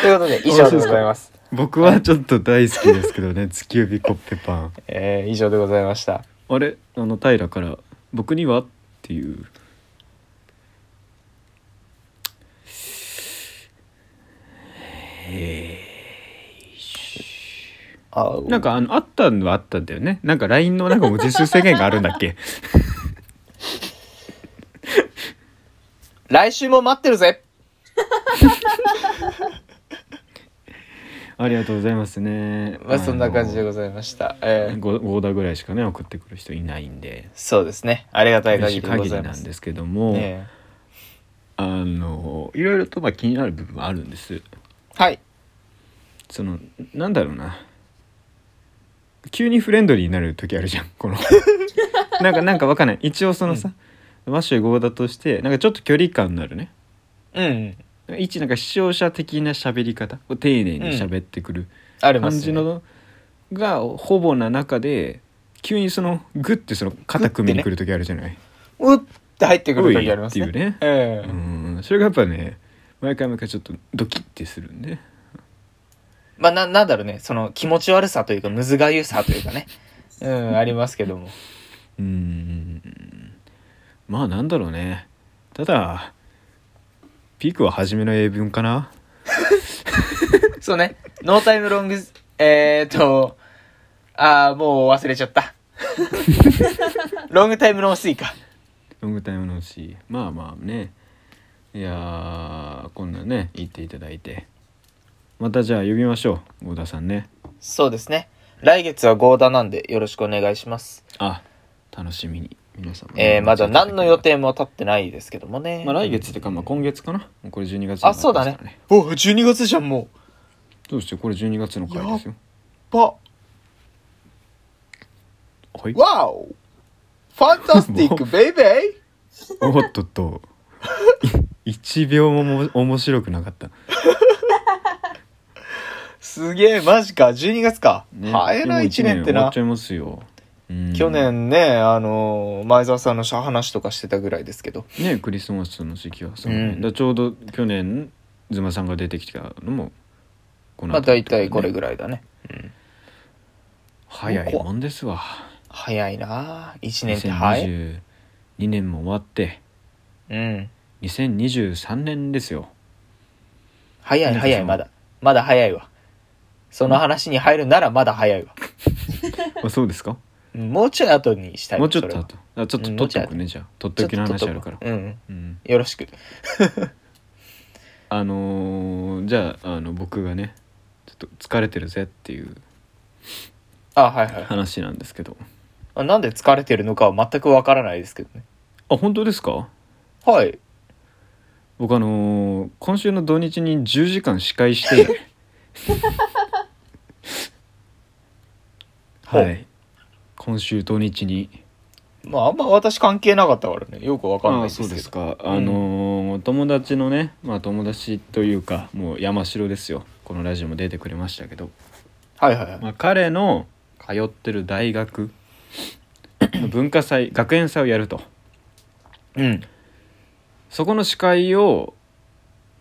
Speaker 1: ということで、以上でございます。
Speaker 2: 僕はちょっと大好きですけどね月指コッペパン
Speaker 1: えー以上でございました。
Speaker 2: あれあの平から「僕には?」っていう
Speaker 1: あ
Speaker 2: なんかあのあったのはあったんだよねなんか LINE のなんか文字数制限があるんだっけ
Speaker 1: 来週も待ってるぜ
Speaker 2: ありがとうございますね
Speaker 1: まあ、そんな感じでございました。えー
Speaker 2: ごオーダーぐらいしかね送ってくる人いないんで
Speaker 1: そうですね。ありがたい限
Speaker 2: 嬉し
Speaker 1: りで
Speaker 2: い
Speaker 1: ご
Speaker 2: 限
Speaker 1: ざ
Speaker 2: り
Speaker 1: い
Speaker 2: な
Speaker 1: ま
Speaker 2: ん
Speaker 1: す。
Speaker 2: ですけども、
Speaker 1: え
Speaker 2: あのいろいろとまあ気になる部分はあるんです
Speaker 1: ーはい。
Speaker 2: そのなんだろうな急にフレンドリーになる時あるじゃん このなんかなんかわかんない一応そのさ、マッシュ合だとしてなんかちょっと距離感のあるね
Speaker 1: うん。
Speaker 2: 一なんか視聴者的な喋り方を丁寧に喋ってくる
Speaker 1: ありま
Speaker 2: 感
Speaker 1: す、
Speaker 2: じ
Speaker 1: ね。
Speaker 2: のがほぼな中で急にそのグッてその肩組みに来る時あるじゃない。
Speaker 1: うって入ってく
Speaker 2: お
Speaker 1: る
Speaker 2: い
Speaker 1: 時ありま
Speaker 2: っ
Speaker 1: す
Speaker 2: ていう
Speaker 1: ね。
Speaker 2: ね。
Speaker 1: え
Speaker 2: う
Speaker 1: え
Speaker 2: んそれがやっぱね毎回毎回ちょっとドキッてするんで
Speaker 1: まあ、な、なんだろうね。その気持ち悪さというか、むずがゆさというか ね。うん、ありますけども。
Speaker 2: うんまあなんだろうねただピークは初めの英文かな
Speaker 1: そうね。ノータイムロング、えーと、ああ、もう忘れちゃ った。ロングタイムロングスイカ。
Speaker 2: ロングタイムのしまあまあねいやーこんなね言っていただいてまたじゃあ呼びましょう郷田さんね
Speaker 1: そうですね。来月は合田なんでよろしくお願いします。
Speaker 2: あ楽しみに皆さんもね
Speaker 1: えー、まだ何の予定も立ってないですけどもね。
Speaker 2: まあ来月ってかまあ今月かなもうこれ12月
Speaker 1: あそうだね
Speaker 2: になりますから
Speaker 1: お、12月じゃん、もう。
Speaker 2: どうしてこれ12月の回ですよ
Speaker 1: ば、
Speaker 2: はい
Speaker 1: わおファンタスティック、ベイベイ
Speaker 2: おっとっ と1秒もも面白くなかった、
Speaker 1: すげえ、マジか、12月か。早いな、
Speaker 2: もう
Speaker 1: 1年って
Speaker 2: 終わっ
Speaker 1: な
Speaker 2: ちゃ。いますよ、うん
Speaker 1: 去年ね、あのー、前澤さんの話とかしてたぐらいですけど。
Speaker 2: ねクリスマスの時期はその、
Speaker 1: うん
Speaker 2: だからちょうど去年ズマさんが出てきたのもこ
Speaker 1: まあ大体これ
Speaker 2: らい
Speaker 1: ぐらいだね。
Speaker 2: 早いもんですわ
Speaker 1: 早いな1年って早い。
Speaker 2: 2022年も終わって
Speaker 1: うん。
Speaker 2: 2023年で すよ
Speaker 1: 早い
Speaker 2: なんか
Speaker 1: 早
Speaker 2: そ
Speaker 1: い、
Speaker 2: の
Speaker 1: まだ。まだ早いわ。その話に入るならまだ早いわ。
Speaker 2: あそうですか
Speaker 1: うんもうちょい後にしたいわ
Speaker 2: もうちょっ
Speaker 1: それ
Speaker 2: と
Speaker 1: は
Speaker 2: 後あちょっと取っておくねじゃあ取って
Speaker 1: ちょ
Speaker 2: お
Speaker 1: っ
Speaker 2: き
Speaker 1: と取
Speaker 2: の
Speaker 1: っと
Speaker 2: 話あ
Speaker 1: こ
Speaker 2: るか
Speaker 1: う
Speaker 2: ら
Speaker 1: うん。
Speaker 2: うん
Speaker 1: よろしく。
Speaker 2: あのーじゃああの僕がねちょっと疲れてるぜっていう
Speaker 1: あ、はいはい。
Speaker 2: 話なんですけど
Speaker 1: あなんで疲れてるのかは全くわからないですけどね。
Speaker 2: あ本当ですか
Speaker 1: はい。
Speaker 2: 僕あのー今週の土日に10時間司会して はい今週土日に
Speaker 1: まああんま私関係なかったからね。よくわかんない
Speaker 2: あ
Speaker 1: で
Speaker 2: あ
Speaker 1: すけ
Speaker 2: そ
Speaker 1: ど。
Speaker 2: うですかあのー友達のねまあ友達というかもう山城ですよこのラジオも出てくれましたけど、
Speaker 1: はいはいはい。
Speaker 2: まあ、彼の通ってる大 学文化祭学園祭をやると
Speaker 1: うん。
Speaker 2: そこの司会を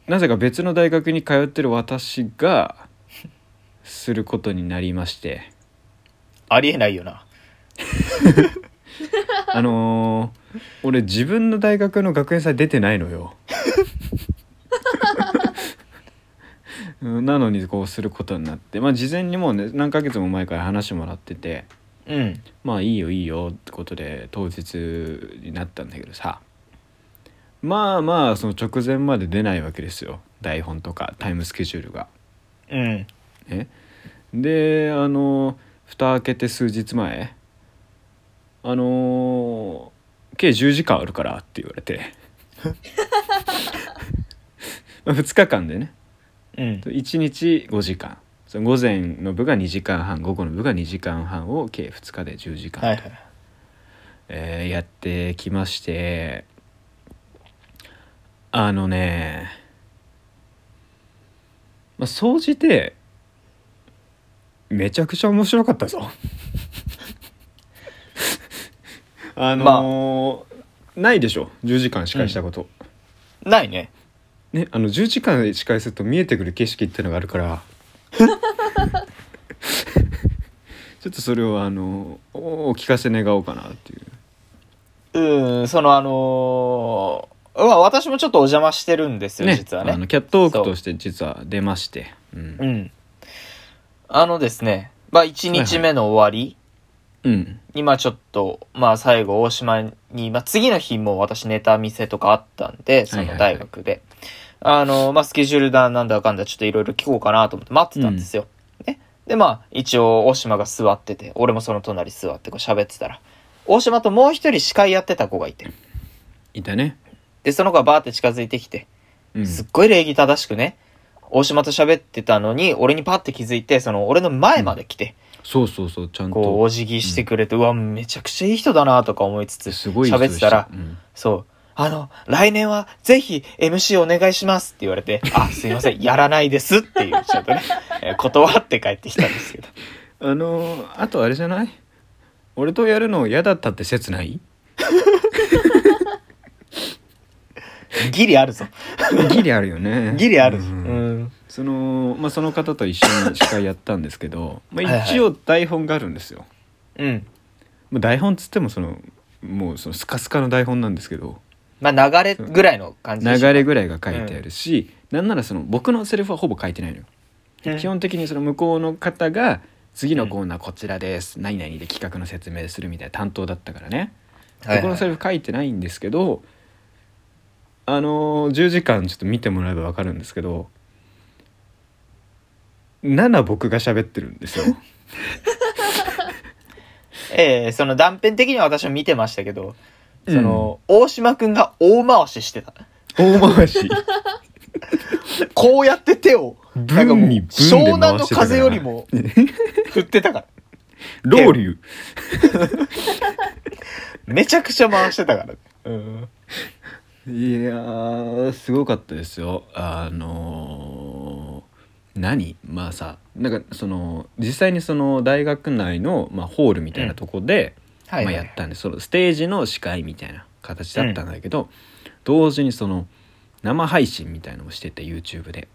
Speaker 2: なぜか別の大学に通ってる私がすることになりまして
Speaker 1: ありえないよな。
Speaker 2: あのー俺自分の大学の学園祭出てないのよ うんなのにこうすることになってまあ事前にもうね何ヶ月も前から話もらってて
Speaker 1: うん。
Speaker 2: まあいいよいいよってことで当日になったんだけどさまあまあその直前まで出ないわけですよ台本とかタイムスケジュールが。
Speaker 1: うん。
Speaker 2: ね、であの蓋開けて数日前「あの計10時間あるから」って言われて2日間でね
Speaker 1: うん。
Speaker 2: 1日5時間その午前の部が2時間半午後の部が2時間半を計2日で10時間と、
Speaker 1: はいはい。
Speaker 2: えーやってきましてあのねまあ総じてめちゃくちゃ面白かったぞあのーないでしょ10時間司会したこと、
Speaker 1: ないね。
Speaker 2: ねあの10時間司会すると見えてくる景色っていうのがあるからちょっとそれをあのーおお聞かせ願おうかなっていう
Speaker 1: うーん、そのあのーうわ私もちょっとお邪魔してるんですよ、実は
Speaker 2: あの
Speaker 1: ね。
Speaker 2: キャットウォークとして実は出ましてう、
Speaker 1: うんん。あのですね、まあ1日目の終わり、
Speaker 2: うん、
Speaker 1: 今ちょっと、まあ最後大島に、まあ次の日も私ネタ見せとかあったんで、そ
Speaker 2: はいは
Speaker 1: の
Speaker 2: いはい
Speaker 1: 大学で。あの、まあスケジュールだなんだかんだちょっといろいろ聞こうかなと思って待ってたんですよ。ね。で、まあ一応大島が座ってて、俺もその隣座ってこう喋ってたら、大島ともう一人司会やってた子がいて。
Speaker 2: いたね、
Speaker 1: で、その子がバーって近づいてきて、
Speaker 2: うん、
Speaker 1: すっごい礼儀正しくね、大島と喋ってたのに、俺にパッて気づいて、その俺の前まで来て、
Speaker 2: そうそうそうちゃん
Speaker 1: こう、
Speaker 2: と
Speaker 1: お辞儀してくれて、うわ、めちゃくちゃいい人だなとか思いつつ、
Speaker 2: すごい
Speaker 1: 喋ってたら
Speaker 2: 人でし、うん
Speaker 1: そう、あの、来年はぜひ MC お願いしますって言われて、あ、すいませ ん、やらないですっていう、ちょっとね、えー断って帰ってきたんですけど。
Speaker 2: あのーあとあれじゃない俺とやるの嫌だったって 説ない
Speaker 1: ギリあるぞ。
Speaker 2: ギリあるよね
Speaker 1: ギリあるぞ。う
Speaker 2: うん
Speaker 1: ん。
Speaker 2: そのまあその方と一緒に司会やったんですけどま
Speaker 1: はい
Speaker 2: あ
Speaker 1: はい
Speaker 2: 一応台本があるんですよ、
Speaker 1: うん。
Speaker 2: まあ台本っつってもそのもうそのスカスカの台本なんですけど
Speaker 1: まあ、流れぐらいの感じ
Speaker 2: 流
Speaker 1: でしょ
Speaker 2: れぐらいが書いてあるし、なんならその僕のセリフはほぼ書いてないのよ、
Speaker 1: うん
Speaker 2: 基本的にその向こうの方が次のコーナーこちらです、何々で企画の説明するみたいな担当だったからね、
Speaker 1: はい
Speaker 2: 僕
Speaker 1: は
Speaker 2: の
Speaker 1: い
Speaker 2: セリフ書いてないんですけどあのー10時間ちょっと見てもらえば分かるんですけど7僕が喋ってるん ですよ
Speaker 1: ええその断片的には私は見てましたけど、その、大島くんが大回ししてた。
Speaker 2: 大回し
Speaker 1: こうやって手を、
Speaker 2: ブンにブンで回して
Speaker 1: 湘
Speaker 2: たから
Speaker 1: 南の風よりも振ってたから。
Speaker 2: ロウリュ
Speaker 1: めちゃくちゃ回してたから。うん。
Speaker 2: いやーすごかったですよあのー何まあさなんかその実際にその大学内の、まあ、ホールみたいなとこで、
Speaker 1: はい、
Speaker 2: まあ、やったんでそのステージの司会みたいな形だったんだけど、同時にその生配信みたいのをしてて YouTube で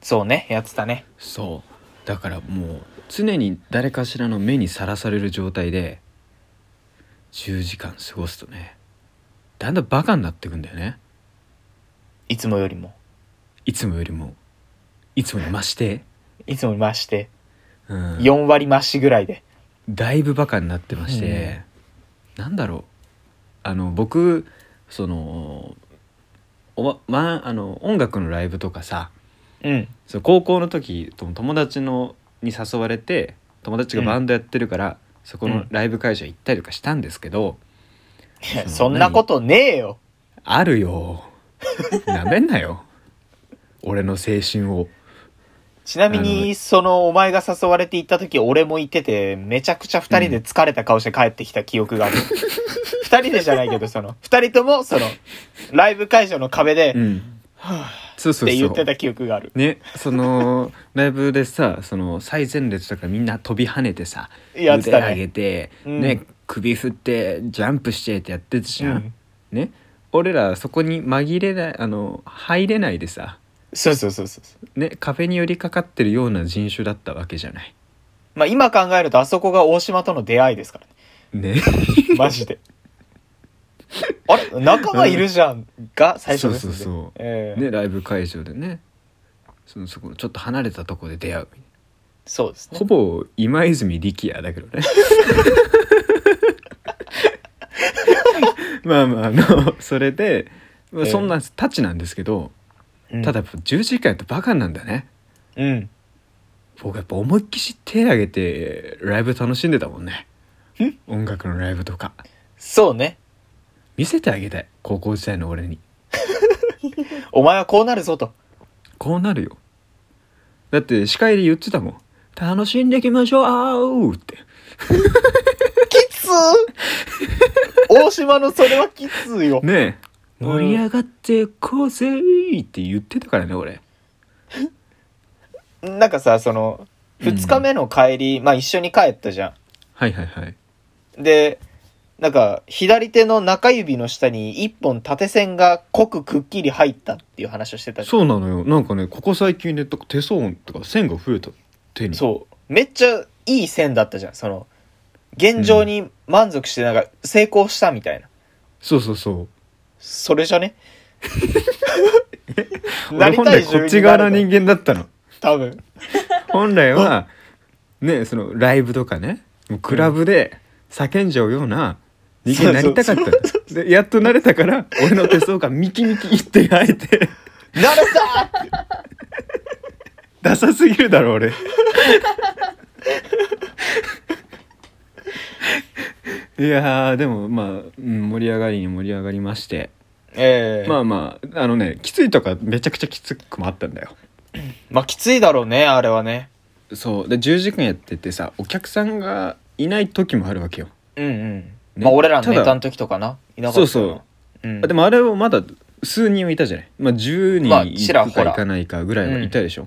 Speaker 1: そうね、やってたね。
Speaker 2: そうだからもう常に誰かしらの目にさらされる状態で10時間過ごすとねだんだんバカになってくんだよね
Speaker 1: いつもよりも。
Speaker 2: いつもよりもいつもに増して、
Speaker 1: いつも増して、
Speaker 2: うん、
Speaker 1: 4割増しぐらいで。
Speaker 2: だいぶバカになってまして、なんだろうあの僕そのおま、まあの音楽のライブとかさ
Speaker 1: うん。
Speaker 2: その高校の時とも友達のに誘われて友達がバンドやってるから、そこのライブ会場行ったりとかしたんですけど、
Speaker 1: そんなことねえよ。
Speaker 2: あ るよなめんなよ俺の青春を
Speaker 1: ちなみ
Speaker 2: あ
Speaker 1: に、
Speaker 2: の
Speaker 1: その、お前が誘われて行った時、俺も行ってて、めちゃくちゃ二人で疲れた顔して帰ってきた記憶がある。 二、人でじゃないけど、その、二人とも、その、ライブ会場の壁で、
Speaker 2: う
Speaker 1: っ
Speaker 2: んそうそうそう
Speaker 1: て言ってた記憶がある。
Speaker 2: ねそのライブでさその最前列とかみんな飛び跳ねてさ
Speaker 1: やってたね
Speaker 2: 腕上げて、
Speaker 1: うん
Speaker 2: ね首振ってジャンプしてってやってたじゃん、
Speaker 1: うん
Speaker 2: ね俺らそこに紛れないあの入れないでさ
Speaker 1: そうそうそうそう。
Speaker 2: ね壁に寄りかかってるような人種だったわけじゃない
Speaker 1: まあ今考えるとあそこが大島との出会いですから ね。
Speaker 2: ね
Speaker 1: マジで。あれ仲間いるじゃんが最初ですんで
Speaker 2: そうそうそう
Speaker 1: ええ
Speaker 2: ねライブ会場でねそのそこのちょっと離れたとこで出会う
Speaker 1: そうですね
Speaker 2: ほ。ぼ今泉力也だけど ねまあまああのそれで、まあ、
Speaker 1: ええ
Speaker 2: そんなタッチなんですけど、
Speaker 1: うん
Speaker 2: ただやっぱ10時間やってバカなんだね
Speaker 1: うん。
Speaker 2: 僕やっぱ思いっきし手挙げてライブ楽しんでたもんね音楽のライブとか
Speaker 1: そうね。
Speaker 2: 見せてあげたい高校時代の俺に
Speaker 1: お前はこうなるぞと。
Speaker 2: こうなるよだって司会で言ってたもん「楽しんでいきましょう」って
Speaker 1: きつー大島のそれはきつーよ。
Speaker 2: ねえ
Speaker 1: うん
Speaker 2: 盛り上がってこうぜーって言ってたからね俺
Speaker 1: なんかさその
Speaker 2: うん
Speaker 1: 2日目の帰り、まあ一緒に帰ったじゃ
Speaker 2: はいはいはい
Speaker 1: んでなんか左手の中指の下に1本縦線が濃くくっきり入ったっていう話をしてたじゃん
Speaker 2: そうなのよなんかねここ最近で手相とか線が増えた手に
Speaker 1: そうめっちゃいい線だったじゃんその現状に満足してなんか成功したみたいな、
Speaker 2: そうそうそう
Speaker 1: それじゃね
Speaker 2: 俺本来こっち側の 人間だったの
Speaker 1: 多分
Speaker 2: 本来はねそのライブとかねもうクラブで叫んじゃうような人間になりたかったのでやっと慣れた から俺の手相がミキミキって生えて
Speaker 1: なれた
Speaker 2: ダサすぎるだろ俺 いやーでもまあうん盛り上がりに盛り上がりまして
Speaker 1: ええ
Speaker 2: ま
Speaker 1: まあ
Speaker 2: あまああのねきついとかめちゃくちゃきつくもあったんだよ
Speaker 1: まあきついだろうねあれはね
Speaker 2: そうで10時間やっててさお客さんがいない時もあるわけよ
Speaker 1: うんうん、まあ俺らのネタの時とかないなかった
Speaker 2: そ
Speaker 1: な
Speaker 2: うそう、
Speaker 1: うん、
Speaker 2: あでもあれはまだ数人はいたじゃないまあ10
Speaker 1: まあ
Speaker 2: 人
Speaker 1: ち
Speaker 2: い
Speaker 1: ら
Speaker 2: く
Speaker 1: ほ
Speaker 2: からいかないかぐらいはいたでしょ、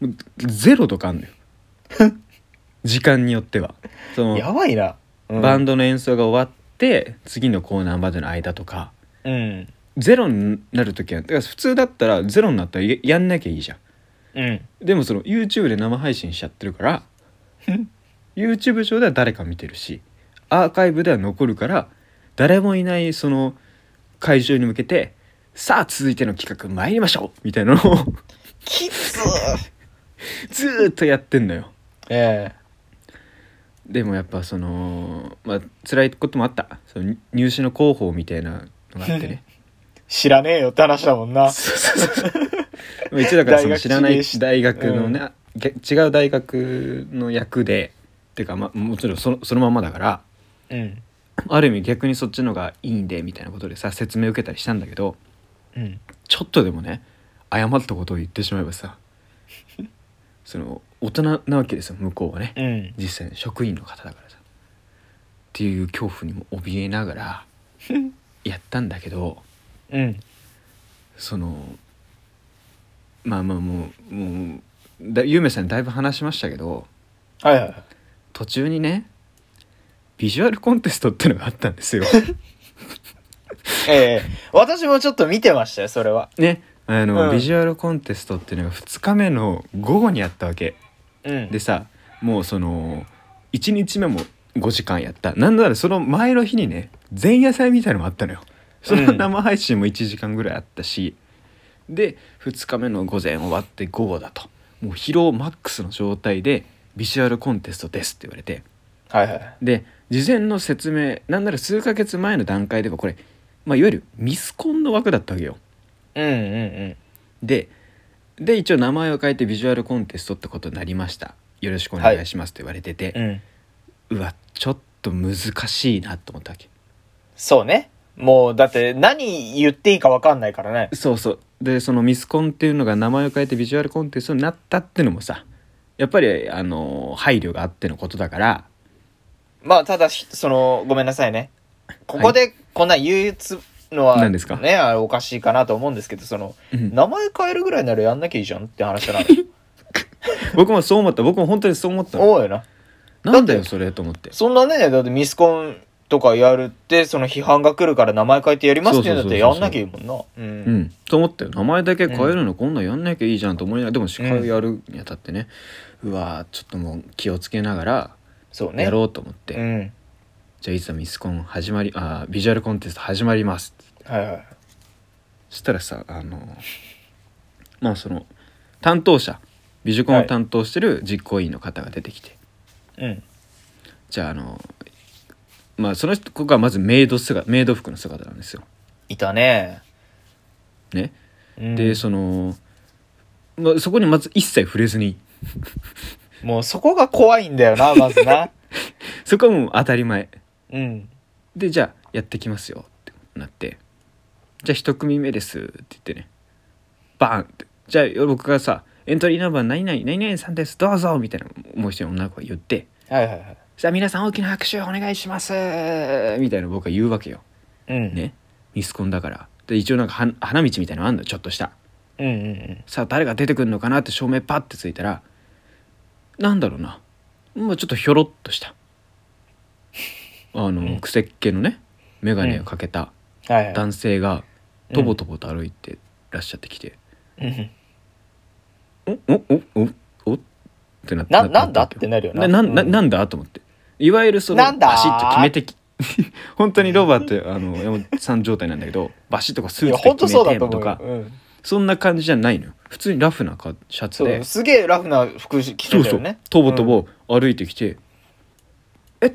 Speaker 2: もうゼロとかあん のよ時間によってはその
Speaker 1: やばいな、うん、
Speaker 2: バンドの演奏が終わって次のコーナーまでの間とか
Speaker 1: うん
Speaker 2: ゼロになる時はだから普通だったらゼロになったらややんなきゃいいじゃん
Speaker 1: うん
Speaker 2: でもその YouTube で生配信しちゃってるから YouTube 上では誰か見てるしアーカイブでは残るから誰もいないその会場に向けてさあ続いての企画参りましょうみたいなのを
Speaker 1: きつ
Speaker 2: ずーっとやってんのよ
Speaker 1: え
Speaker 2: でもやっぱそのまあ辛いこともあったその入試の広報みたいなのが あってね
Speaker 1: え知らねえよって話だもんな
Speaker 2: そうそうそうまあ一応だからその知らな
Speaker 1: 大
Speaker 2: い
Speaker 1: 学知り
Speaker 2: 大学のね、げ違う大学の役でっていうか、まあ、もちろんそのそのまんまだから
Speaker 1: うん
Speaker 2: ある意味逆にそっちのがいいんでみたいなことでさ説明受けたりしたんだけど
Speaker 1: うん
Speaker 2: ちょっとでもね誤ったことを言ってしまえばさその大人なわけですよ向こうはね、
Speaker 1: うん
Speaker 2: 実際に職員の方だからさっていう恐怖にも怯えながらやったんだけど。
Speaker 1: うん
Speaker 2: そのまあまあもうもうだゆうめいさんにだいぶ話しましたけど
Speaker 1: はいはいはい
Speaker 2: 途中にねビジュアルコンテストってのがあったんですよ。
Speaker 1: ええ私もちょっと見てましたよそれは
Speaker 2: ねあの、
Speaker 1: うん
Speaker 2: ビジュアルコンテストっていうのが2日目の午後にあったわけ
Speaker 1: うん
Speaker 2: でさもうその1日目も5時間やったなんならその前の日にね前夜祭みたいのもあったのよその
Speaker 1: うん
Speaker 2: 生配信も1時間ぐらいあったし、で2日目の午前終わって午後だともう疲労マックスの状態でビジュアルコンテストですって言われて
Speaker 1: はいはい
Speaker 2: で事前の説明なんなら数ヶ月前の段階ではこれ、まあ、いわゆるミスコンの枠だったわけよ
Speaker 1: うんうん
Speaker 2: でで一応名前を変えてビジュアルコンテストってことになりましたよろしくお願いしますって言われてて、
Speaker 1: うんうん
Speaker 2: うわちょっと難しいなと思ったわけ
Speaker 1: そうねもうだって何言っていいか分かんないからね
Speaker 2: そうそうでそのミスコンっていうのが名前を変えてビジュアルコンテストになったってのもさやっぱりあの配慮があってのことだから
Speaker 1: まあただひそのごめんなさいねここでこんなん言うつのは、
Speaker 2: 何ですか
Speaker 1: ねあれおかしいかなと思うんですけどその
Speaker 2: うん
Speaker 1: 名前変えるぐらいならやんなきゃいいじゃんって話 なの
Speaker 2: 僕もそう思った僕も本当にそう思ったの
Speaker 1: 思うよな
Speaker 2: なんだよそれと思って
Speaker 1: そんなねだってミスコンとかやるってその批判が来るから名前変えてやりますって言うんだって
Speaker 2: そう
Speaker 1: や
Speaker 2: そ
Speaker 1: ん
Speaker 2: うそう
Speaker 1: な
Speaker 2: そ
Speaker 1: き
Speaker 2: う
Speaker 1: ゃいいもんなうん、
Speaker 2: うん、と思ったよ名前だけ変えるのこんなんやんなきゃいいじゃんと思いながらでも司会やるにあたってね、うわーちょっともう気をつけながら
Speaker 1: そうね
Speaker 2: やろうと思って、
Speaker 1: うん
Speaker 2: じゃあいつミスコン始まりあービジュアルコンテスト始まります
Speaker 1: はいはい
Speaker 2: そしたらさあのまあその担当者ビジュコンを担当してる実行委員の方が出てきて、
Speaker 1: うん
Speaker 2: じゃああのまあその人ここはまずメイド姿メイド服の姿なんですよ。
Speaker 1: いたね
Speaker 2: ね、
Speaker 1: うん
Speaker 2: でその、まあ、そこにまず一切触れずに
Speaker 1: もうそこが怖いんだよ なまずな
Speaker 2: そこはもう当たり前
Speaker 1: うん
Speaker 2: でじゃあやってきますよってなってじゃあ一組目ですって言ってねバーンってじゃあ僕がさエントリーナンバー何々何々さんですどうぞみたいなもう一人の女の子が言って
Speaker 1: はいはいはい
Speaker 2: さあ皆さん大きな拍手お願いしますみたいな僕は言うわけよ
Speaker 1: うん、
Speaker 2: ねミスコンだからで一応なんかは花道みたいなのあんのちょっとした
Speaker 1: うんうんうん
Speaker 2: さあ誰が出てくるのかなって照明パッてついたらなんだろうな、まあ、ちょっとひょろっとしたあの、
Speaker 4: うん
Speaker 2: クセっ気のね眼鏡をかけた
Speaker 4: はいはい
Speaker 2: 男性が
Speaker 4: うん
Speaker 2: とぼとぼと歩いてらっしゃってきて
Speaker 4: うん
Speaker 2: 「おおおおおってなって
Speaker 4: ななんだってなるよな
Speaker 2: ななな
Speaker 4: うん
Speaker 2: なんだと思っていわゆるその
Speaker 4: なんだ
Speaker 2: バシッと決めてき 本当にロバートあの山本さん状態なんだ けどバシッとこうス
Speaker 4: い
Speaker 2: ー
Speaker 4: や
Speaker 2: ツで
Speaker 4: 本当
Speaker 2: 決め
Speaker 4: そう
Speaker 2: て
Speaker 4: だと
Speaker 2: ん
Speaker 4: 思
Speaker 2: と
Speaker 4: う
Speaker 2: か
Speaker 4: よ、うん、
Speaker 2: そんな感じじゃないのよ普通にラフなかシャツ
Speaker 4: そ
Speaker 2: で
Speaker 4: うすげえラフな服着て
Speaker 2: そう
Speaker 4: た
Speaker 2: そ
Speaker 4: よ
Speaker 2: う
Speaker 4: ね
Speaker 2: とぼとぼ歩いてきて、えっ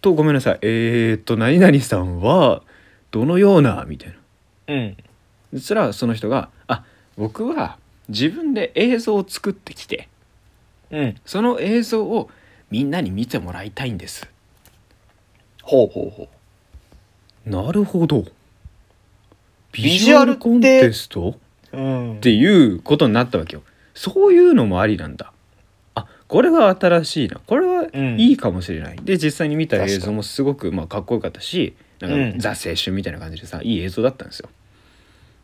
Speaker 2: とごめんなさいえー、っと何々さんはどのようなみたいな
Speaker 4: うん
Speaker 2: そしたらその人が「あ僕は自分で映像を作ってきて
Speaker 4: うん
Speaker 2: その映像をみんなに見てもらいたいんです
Speaker 4: ほうほうほう」
Speaker 2: なるほどビ
Speaker 4: ビ
Speaker 2: ジ
Speaker 4: ジ
Speaker 2: ュ
Speaker 4: ュ
Speaker 2: ア
Speaker 4: ア
Speaker 2: ル
Speaker 4: ル
Speaker 2: コンテスト
Speaker 4: うん
Speaker 2: っていうことになったわけよそういうのもありなんだあこれは新しいなこれは
Speaker 4: うん
Speaker 2: いいかもしれない、で実際に見た映
Speaker 4: 確か
Speaker 2: 像もすごくまあかっこよかったしなん
Speaker 4: う
Speaker 2: か
Speaker 4: ん
Speaker 2: ザ青春みたいな感じでさいい映像だったんですよ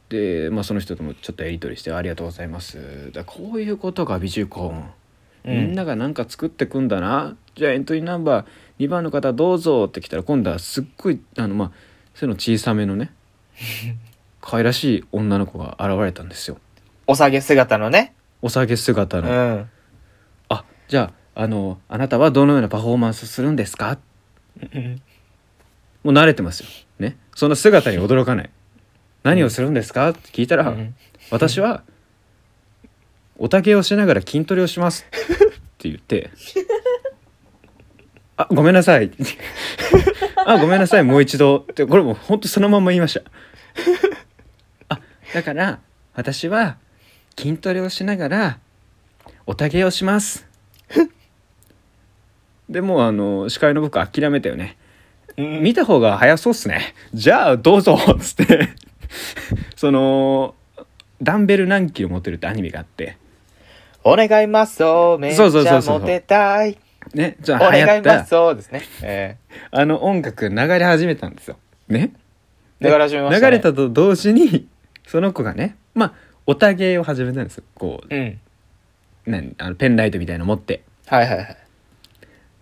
Speaker 2: で、まあ、その人ともちょっとやり取りして「ありがとうございます」だからこういうことが美術コン、みんながなんか作ってくんだなじゃあエントリーナンバー2番の方どうぞって来たら今度はすっごいあのまあそういうの小さ めのね可愛らしい女の子が現れたんですよ
Speaker 4: お下げ姿のね
Speaker 2: お下げ姿
Speaker 4: う
Speaker 2: の、
Speaker 4: ん
Speaker 2: あじゃああのあなたはどのようなパフォーマンスするんですか
Speaker 4: うん
Speaker 2: もう慣れてますよねそんな姿に驚かない何をするんですかって聞いたら、私はおたけをしながら筋トレをしますって言ってあごめんなさい あごめんなさいもう一度ってこれもうほんとそのまま言いましたあだから私は筋トレをしながらおたけをしますでもうあの司会の僕諦めたよね
Speaker 4: うん
Speaker 2: 見た方が早そうっすねじゃあどうぞっつって そのダンベル何キロ持てるってアニメがあって
Speaker 4: お願いますそうめっち
Speaker 2: そうそうそう
Speaker 4: ゃ
Speaker 2: そう
Speaker 4: モテたい
Speaker 2: ねじゃ
Speaker 4: お
Speaker 2: あ流行
Speaker 4: 願い
Speaker 2: っ
Speaker 4: ま
Speaker 2: た
Speaker 4: すそうですねえ
Speaker 2: あの音楽が流れ始めたんですよね
Speaker 4: え流れ始めましたね
Speaker 2: 流れたと同時にその子がねまあおたげを始めたんですよこ
Speaker 4: うん
Speaker 2: うなんあのペンライトみたいの持って
Speaker 4: はいはいはい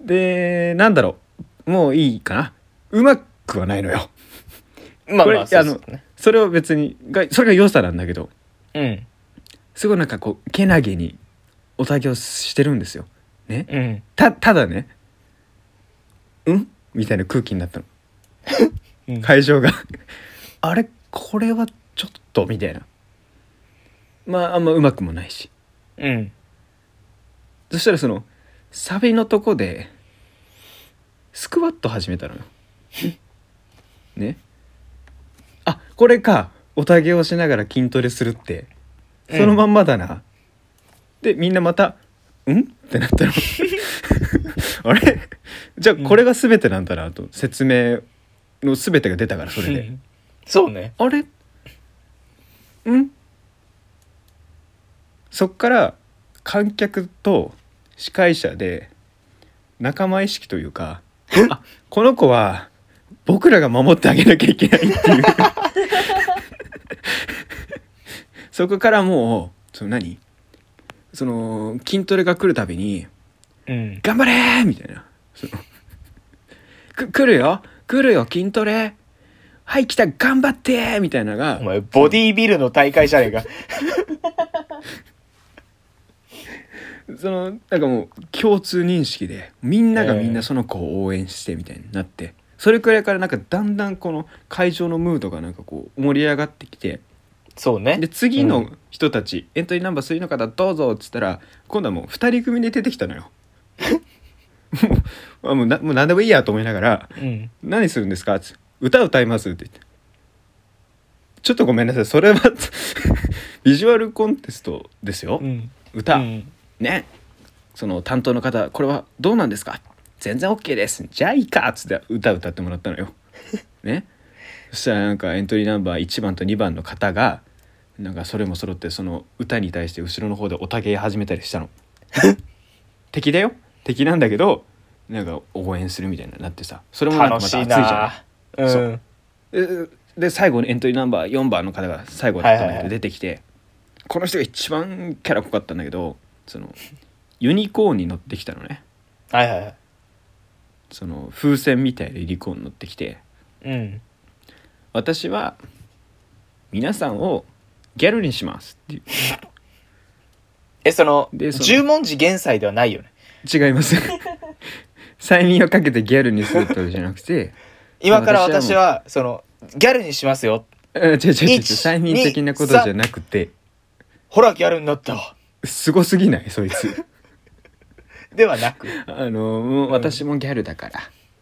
Speaker 2: でなんだろうもういいかなうまくはないのよ
Speaker 4: まあ
Speaker 2: これ
Speaker 4: まあそうですね
Speaker 2: それを別にがそれが良さなんだけど
Speaker 4: うん
Speaker 2: すごいなんかこうけなげにおたげをしてるんですよね
Speaker 4: うん
Speaker 2: たただね「うん?」みたいな空気になったの
Speaker 4: うん
Speaker 2: 会場が あれこれはちょっとみたいなまああんまうまくもないし
Speaker 4: うん
Speaker 2: そしたらそのサビのとこでスクワット始めたのよ ねあこれかおたげをしながら筋トレするってそのまんまだな、でみんなまた「ん?」ってなったの あれじゃあこれが全てなんだなと説明の全てが出たからそれで、
Speaker 4: うんそうね
Speaker 2: あれんそっから観客と司会者で仲間意識というかあこの子は僕らが守ってあげなきゃいけないっていうそこからもうその何その筋トレが来るたびに
Speaker 4: うん
Speaker 2: 頑張れーみたいな。そのく来るよ来るよ筋トレはい来た頑張ってーみたいなのが
Speaker 4: お前ボディービルの大会じゃねえか
Speaker 2: そのなんかもう共通認識でみんなが
Speaker 4: ええ
Speaker 2: みんなその子を応援してみたいになって、それくらいからなんかだんだんこの会場のムードがなんかこう盛り上がってきて
Speaker 4: そうね
Speaker 2: で次
Speaker 4: う
Speaker 2: の
Speaker 4: ん
Speaker 2: 人たち、エントリーナンバー3の方どうぞっつったら今度はもう2人組で出てきたのよ。もうあもうなもう何でもいいやと思いながら
Speaker 4: うん
Speaker 2: 「何するんですか?」って歌歌います」って言って「ちょっとごめんなさいそれは ビジュアルコンテストですよ、
Speaker 4: うん
Speaker 2: 歌、
Speaker 4: うん
Speaker 2: ねその担当の方これはどうなんですか全然 OK ですじゃあいいかっつって歌歌ってもらった のよ。ねそしたらなんかエントリーナンバー1番と2番の方がなんかそれも揃ってその歌に対して後ろの方でおたげ始めたりしたの。 敵だよ敵なんだけどなんか応援するみたいになってさそれもなんか
Speaker 4: 楽
Speaker 2: ま
Speaker 4: した
Speaker 2: 熱
Speaker 4: い
Speaker 2: いじゃ
Speaker 4: なう
Speaker 2: そ
Speaker 4: ん
Speaker 2: うないで最後にエントリーナンバー4番の方が最後だったん
Speaker 4: はいは
Speaker 2: だけ
Speaker 4: いは
Speaker 2: ど
Speaker 4: い
Speaker 2: 出てきて、この人が一番キャラ濃かったんだけどそのユニコーンに乗ってきたのね
Speaker 1: はいはいはい
Speaker 2: その風船みたいなユニコーンに乗ってきて
Speaker 1: うん
Speaker 2: 私は皆さんをギャルにしますっていう
Speaker 1: えその
Speaker 2: でその
Speaker 1: 十文字減災ではないよね
Speaker 2: 違い ます催眠をかけてギャルにするってことじゃなくて
Speaker 1: 今から私
Speaker 2: 私は
Speaker 1: はそのギャルにしますよ
Speaker 2: うん違う違う違う
Speaker 1: 一
Speaker 2: 催眠的なことじゃなくて
Speaker 1: ほらギャルになったわ
Speaker 2: すごすぎないそいつ
Speaker 1: ではなく
Speaker 2: あのも
Speaker 1: うん
Speaker 2: う私もギャルだから、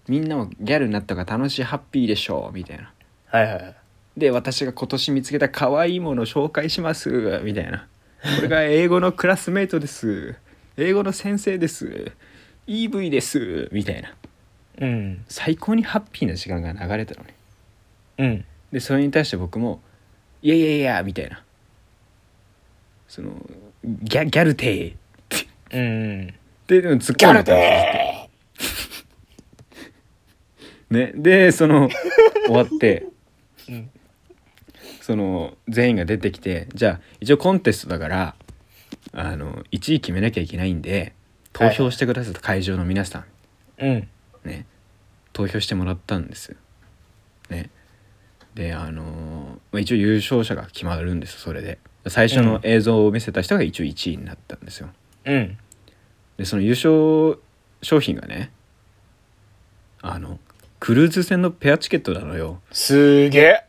Speaker 2: みんなもギャルになったから楽しいハッピーでしょうみたいな
Speaker 1: はいはいはい
Speaker 2: で私が今年見つけた可愛いものを紹介しますみたいなこれが英語のクラスメートです英語の先生です EV ですみたいな
Speaker 1: うん
Speaker 2: 最高にハッピーな時間が流れたのね
Speaker 1: うん
Speaker 2: でそれに対して僕も「いやいやいや」みたいなそのギャギャルテー
Speaker 1: うん
Speaker 2: で、でも突っ
Speaker 1: ギャ
Speaker 2: 込んで
Speaker 1: ル
Speaker 2: たんです
Speaker 1: で
Speaker 2: ね、で その終わって、
Speaker 1: うん
Speaker 2: その全員が出てきてじゃあ一応コンテストだからあの1位決めなきゃいけないんで投票してくださった会場の皆さん、
Speaker 1: ーうん
Speaker 2: ね投票してもらったんですよ。ね、であのーまあ一応優勝者が決まるんですそれで最初の映像を見せた人が一応1位になったんですよ。
Speaker 1: うん
Speaker 2: でその優勝商品がねあのクルーズ船のペアチケットなのよ
Speaker 1: すーげえ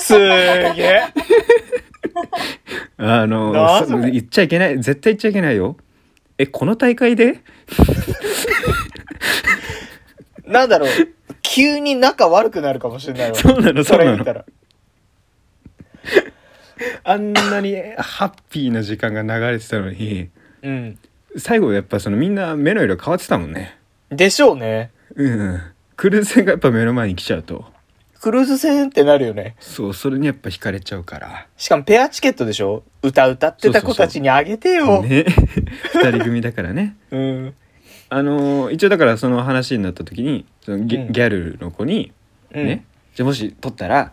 Speaker 1: すーげえ
Speaker 2: あの
Speaker 1: なあ
Speaker 2: そ
Speaker 1: それ
Speaker 2: 言っちゃいけない絶対言っちゃいけないよえこの大会で
Speaker 1: なんだろう急に仲悪くなるかもしれないわ
Speaker 2: そうなの
Speaker 1: そ
Speaker 2: そう
Speaker 1: れ
Speaker 2: な
Speaker 1: 見た
Speaker 2: の
Speaker 1: ら
Speaker 2: あんなにハッピーな時間が流れてたのに
Speaker 1: うん
Speaker 2: 最後やっぱそのみんな目の色変わってたもんね
Speaker 1: でしょうね
Speaker 2: うんクルーズ船がやっぱ目の前に来ちゃうと
Speaker 1: クルーズ船ってなるよね
Speaker 2: そうそれにやっぱ惹かれちゃうから
Speaker 1: しかもペアチケットでしょ歌歌ってた子たちにあげてよ
Speaker 2: ね 二人組だからね
Speaker 1: うん
Speaker 2: あのー一応だからその話になった時にそのギ,、
Speaker 1: うん
Speaker 2: ギャルの子に
Speaker 1: うん
Speaker 2: ね、じゃあもし取ったら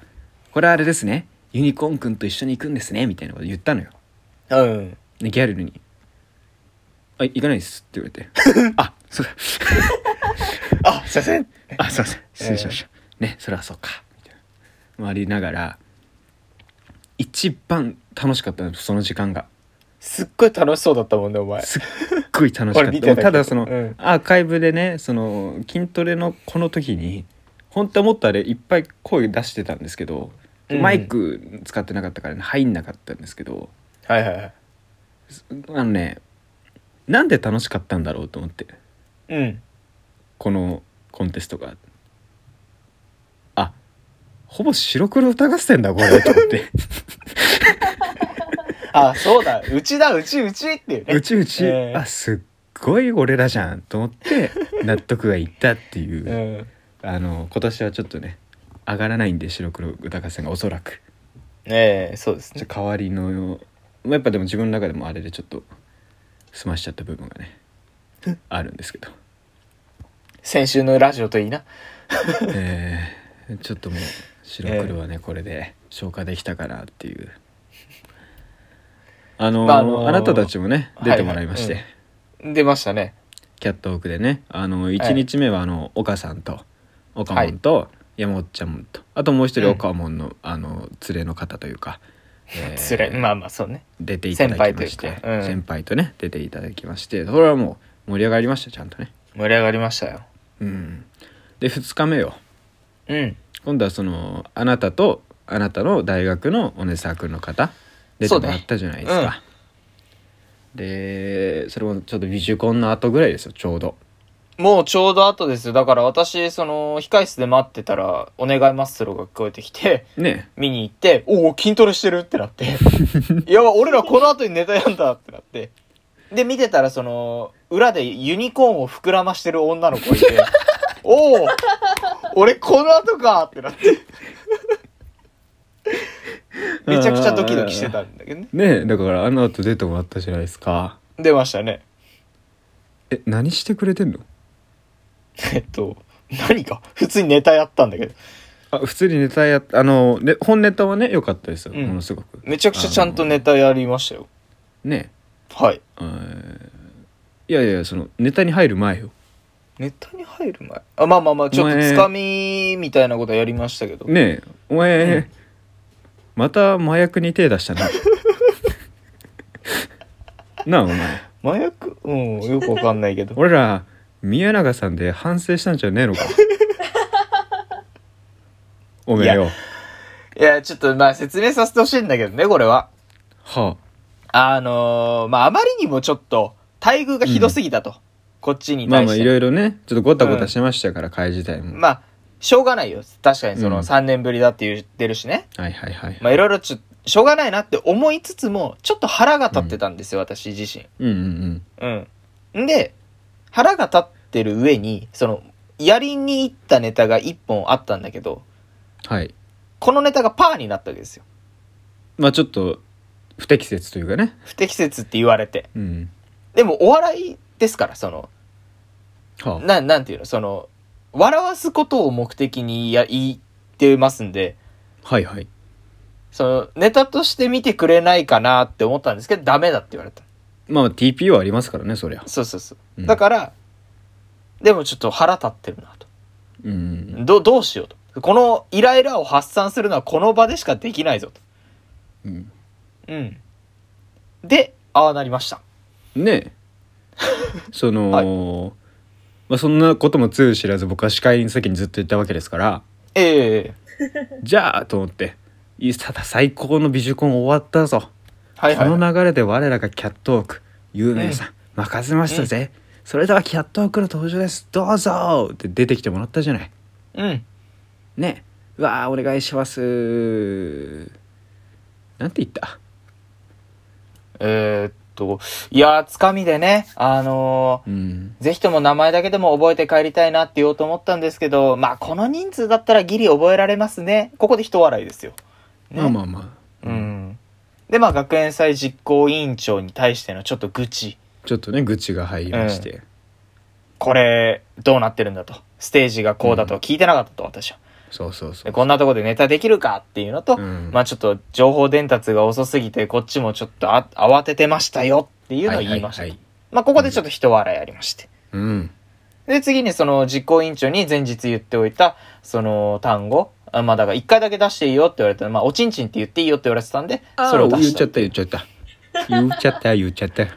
Speaker 2: これはあれですねユニコーンくんと一緒に行くんですねみたいなこと言ったのよ
Speaker 1: うん
Speaker 2: でギャルに「あ行かないです」って言われて 「あ そうだ
Speaker 1: あすいません
Speaker 2: あすいません失礼しました、ねそれはそうか」みたいな回りながら一番楽しかったのその時 間が
Speaker 1: すっごい楽しそうだったもんねお前
Speaker 2: すっごい楽し
Speaker 1: こ
Speaker 2: か
Speaker 1: れ
Speaker 2: っ
Speaker 1: 見て
Speaker 2: たも
Speaker 1: たけど
Speaker 2: うただその、
Speaker 1: うん
Speaker 2: アーカイブでねその筋トレのこの時に本当はもっとあれいっぱい声出してたんですけど、
Speaker 1: うん
Speaker 2: マイク使ってなかったから、ね、入んなかったんですけど
Speaker 1: はいはいはい
Speaker 2: あのねなんで楽しかったんだろうと思って
Speaker 1: うん
Speaker 2: このコンテストがあほぼ白黒歌合戦だこれと思って
Speaker 1: あそうだうちだうちうちっていうね
Speaker 2: うちう ち、
Speaker 1: えー
Speaker 2: あすっごい俺らじゃんと思って納得がいったっていう。
Speaker 1: うん
Speaker 2: あの今年はちょっとね上がらないんで白黒歌合戦がおそらく
Speaker 1: ええそうです
Speaker 2: ちょ
Speaker 1: ね
Speaker 2: っと代わりのやっぱでも自分の中でもあれでちょっと済ましちゃった部分がねあるんですけど、
Speaker 1: 先週のラジオといいな
Speaker 2: えーちょっともう白黒はね、これで消化できたかなっていうあのー
Speaker 1: まあ
Speaker 2: あ
Speaker 1: あのー
Speaker 2: なたたちもね出てもらいまして、
Speaker 1: はい出ましたね
Speaker 2: キャットオークでねあの
Speaker 1: ええ
Speaker 2: 1日目はあの岡さんと岡門と山本ちゃんとあともう一
Speaker 1: うん
Speaker 2: 人岡門の,、あの連れの方というか、えー
Speaker 1: つれまあまあそうね
Speaker 2: 出ていただきまし
Speaker 1: 先輩
Speaker 2: て先
Speaker 1: というか
Speaker 2: 輩,、
Speaker 1: うん
Speaker 2: とね出ていただきましてそれはもう盛り上がりましたちゃんとね。
Speaker 1: 盛り上がりましたよ
Speaker 2: うん、で2日目よ
Speaker 1: うん
Speaker 2: 今度はそのあなたとあなたの大学のお姉さんくんの方出てもらったじゃないです
Speaker 1: そう
Speaker 2: か
Speaker 1: ね。
Speaker 2: でそれもちょっとビジュコンの後ぐらいですよちょうど。
Speaker 1: もうちょうど後ですよだから私その控室で待ってたら「お願いマッスル」が聞こえてきて
Speaker 2: ね
Speaker 1: 見に行って「おお筋トレしてる」ってなって「やばい俺らこの後にネタやんだ」ってなってで見てたらその裏でユニコーンを膨らましてる女の子いて「おお俺この後か」ってなってめちゃくちゃドキドキしてたんだけどね
Speaker 2: ねえだからあの後出てもらったじゃないですか
Speaker 1: 出ましたね
Speaker 2: え何してくれてんの
Speaker 1: えっと何か普通にネタやったんだけど
Speaker 2: あ普通にネタやっあの、ね、本ネタはね良かったですよ、
Speaker 1: うん
Speaker 2: ものすごく
Speaker 1: めちゃくちゃちゃんとネタやりましたよ
Speaker 2: ね
Speaker 1: はい
Speaker 2: えーいやいやそのネタに入る前よ
Speaker 1: ネタに入る前あまあまあまあちょっとつかみみたいなことはやりましたけど、
Speaker 2: ねえお前、
Speaker 1: うん
Speaker 2: また麻薬に手出したな なあお前
Speaker 1: 麻薬うんよくわかんないけど
Speaker 2: 俺ら宮永さんで反省したんじゃねえのかおめえよ
Speaker 1: いやちょっとまあ説明させてほしいんだけどねこれは
Speaker 2: は
Speaker 1: あのーまああまりにもちょっと待遇がひどすぎたと、こっち
Speaker 2: あ
Speaker 1: に
Speaker 2: まあ
Speaker 1: 対して
Speaker 2: まあいろいろねちょっとごたごたしてましたから、会自体も、
Speaker 1: まあしょうがないよ確かにそ
Speaker 2: うん
Speaker 1: の3年ぶりだって言ってるしね、
Speaker 2: はいはいはい、
Speaker 1: まあいろいろちょしょうがないなって思いつつもちょっと腹が立ってたんですよ、私自身
Speaker 2: うんうん
Speaker 1: うん。んで、腹が立ってる上に、その、やりに行ったネタが1本あったんだけど、
Speaker 2: うんはい
Speaker 1: このネタがパーになったわけですよ。
Speaker 2: まあちょっと不適切というかね
Speaker 1: 不適切って言われて。
Speaker 2: うん
Speaker 1: でも、お笑いですから、その、
Speaker 2: はあ
Speaker 1: ななんていうの、その、笑わすことを目的にや言ってますんで、
Speaker 2: はいはい
Speaker 1: その、ネタとして見てくれないかなって思ったんですけど、ダメだって言われた。
Speaker 2: まあ TPO ありますからねそりゃ、
Speaker 1: そうそうそうう。
Speaker 2: ん
Speaker 1: だから、でもちょっと腹立ってるなと。
Speaker 2: うんうん
Speaker 1: どどうしようと。このイライラを発散するのはこの場でしかできないぞと。
Speaker 2: うん
Speaker 1: うん。で、ああなりました。
Speaker 2: うん ねえその、まあ、そんなこともつゆ知らず僕は司会の席にずっといたわけですから
Speaker 1: ええ
Speaker 2: じゃあと思っていただ最高の美女コン終わったぞ、
Speaker 1: はいはい。
Speaker 2: この流れで我らがキャットオーク有名さん、任せましたぜ、それではキャットオークの登場ですどうぞって出てきてもらったじゃない
Speaker 1: うん。
Speaker 2: ねうわあお願いしますなんて言った
Speaker 1: えーっと、いやー、つかみでね、あの
Speaker 2: うん
Speaker 1: ーぜひとも名前だけでも覚えて帰りたいなって言おうと思ったんですけど、まあ、この人数だったらギリ覚えられますね。ここで一笑いですよ。ね
Speaker 2: まあまあまあ、
Speaker 1: うん。で、まあ、学園祭実行委員長に対してのちょっと愚痴。
Speaker 2: ちょっとね愚痴が入りまして、
Speaker 1: これ、どうなってるんだと。ステージがこうだと聞いてなかったと、私は。
Speaker 2: そうそうそう
Speaker 1: でこんなとこでネタできるかっていうのと、
Speaker 2: うん
Speaker 1: まあちょっと情報伝達が遅すぎてこっちもちょっとあ慌ててましたよっていうのを言いました、
Speaker 2: はいはい
Speaker 1: まあここでちょっと一笑いありまして
Speaker 2: はいうん
Speaker 1: で次にその実行委員長に前日言っておいたその単語あまあだから一回だけ出していいよって言われたらまあおちんちんって言っていいよって言われてたんでそれを出
Speaker 2: 言っ
Speaker 1: し
Speaker 2: ち
Speaker 1: た
Speaker 2: ゃった言っちゃった言っちゃった言っちゃった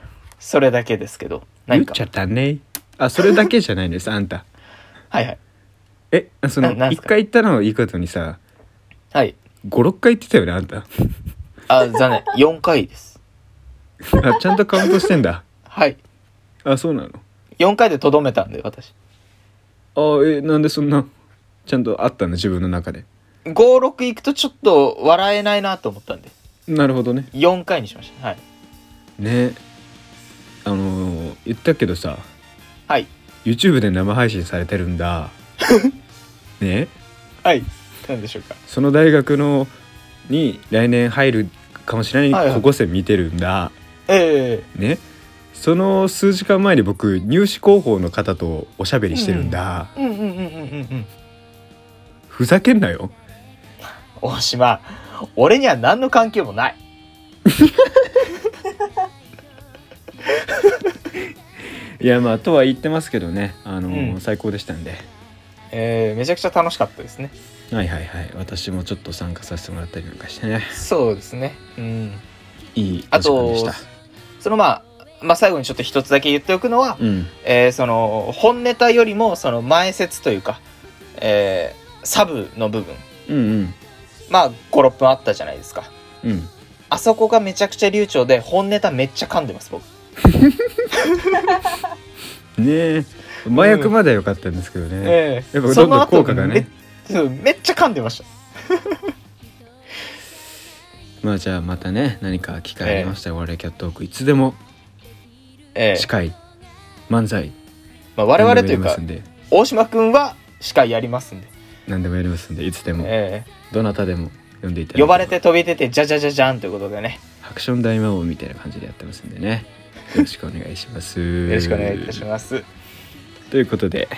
Speaker 1: それだけですけど
Speaker 2: 言っ
Speaker 1: 何か
Speaker 2: ちゃったねあそれだけじゃないですあんた
Speaker 1: はいはい
Speaker 2: えその
Speaker 1: ななん
Speaker 2: 一
Speaker 1: すか
Speaker 2: 回言ったのをいいことにさ
Speaker 1: はい
Speaker 2: 56回言ってたよねあんた
Speaker 1: あ残念4 回です
Speaker 2: あちゃんとカウントしてんだ
Speaker 1: はい
Speaker 2: あそうなの
Speaker 1: 4回でとどめたんで私
Speaker 2: あえなんでそんなちゃんとあったの自分の中で
Speaker 1: 56いくとちょっと笑えないなと思ったんで
Speaker 2: なるほどね
Speaker 1: 4回にしましたはい
Speaker 2: ねあのー言ったけどさ
Speaker 1: はい
Speaker 2: YouTube で生配信されてる んだね
Speaker 1: はい。なんでしょうか。
Speaker 2: その大学のに来年入るかもしれ
Speaker 1: はい
Speaker 2: な
Speaker 1: はい
Speaker 2: い高校生見てるんだ、
Speaker 1: え
Speaker 2: ねその数時間前に僕入試広報の方とおしゃべりしてるんだ、
Speaker 1: えうんうんうんうんうんうん。
Speaker 2: ふざけんなよ
Speaker 1: 大島、俺には何の関係もない。
Speaker 2: いやまあとは言ってますけどねあのー、
Speaker 1: うん
Speaker 2: 最高でしたんで
Speaker 1: えー、めちゃくちゃ楽しかったですね。
Speaker 2: はいはいはい私もちょっと参加させてもらったりなんかしてね
Speaker 1: そうですね。うん。
Speaker 2: いい
Speaker 1: あ
Speaker 2: お時間
Speaker 1: と
Speaker 2: でした
Speaker 1: そのまあ、まあ最後にちょっと一つだけ言っておくのは、
Speaker 2: うん
Speaker 1: えー、その、本ネタよりも、その前説というか、えー、サブの部分。
Speaker 2: うんうん
Speaker 1: まあ、5、6分あったじゃないですか。
Speaker 2: うん
Speaker 1: あそこがめちゃくちゃ流暢で、本ネタめっちゃ噛んでます、僕。
Speaker 2: ねえ麻薬までは良かったんですけどね、
Speaker 1: ええ
Speaker 2: やっぱどんどん効果がね
Speaker 1: その後めめっちゃ噛んでました。
Speaker 2: まあじゃあまたね何か機会ありましたら、我々キャットオークいつでも
Speaker 1: ええ
Speaker 2: 近い漫才
Speaker 1: まあ、我々というか
Speaker 2: 何、でもやりますんで
Speaker 1: 大島くんは司会やりますんで、
Speaker 2: 何でもやりますんでいつでも
Speaker 1: え
Speaker 2: どなたでも呼んでいただ
Speaker 1: え呼ばれ
Speaker 2: て
Speaker 1: て飛び出てじゃじゃじゃじゃんということでね
Speaker 2: ハクション大魔王みたいな感じでやってますんでねよろしくお願いしますよ
Speaker 1: よろしくお願いいたします
Speaker 2: すということで、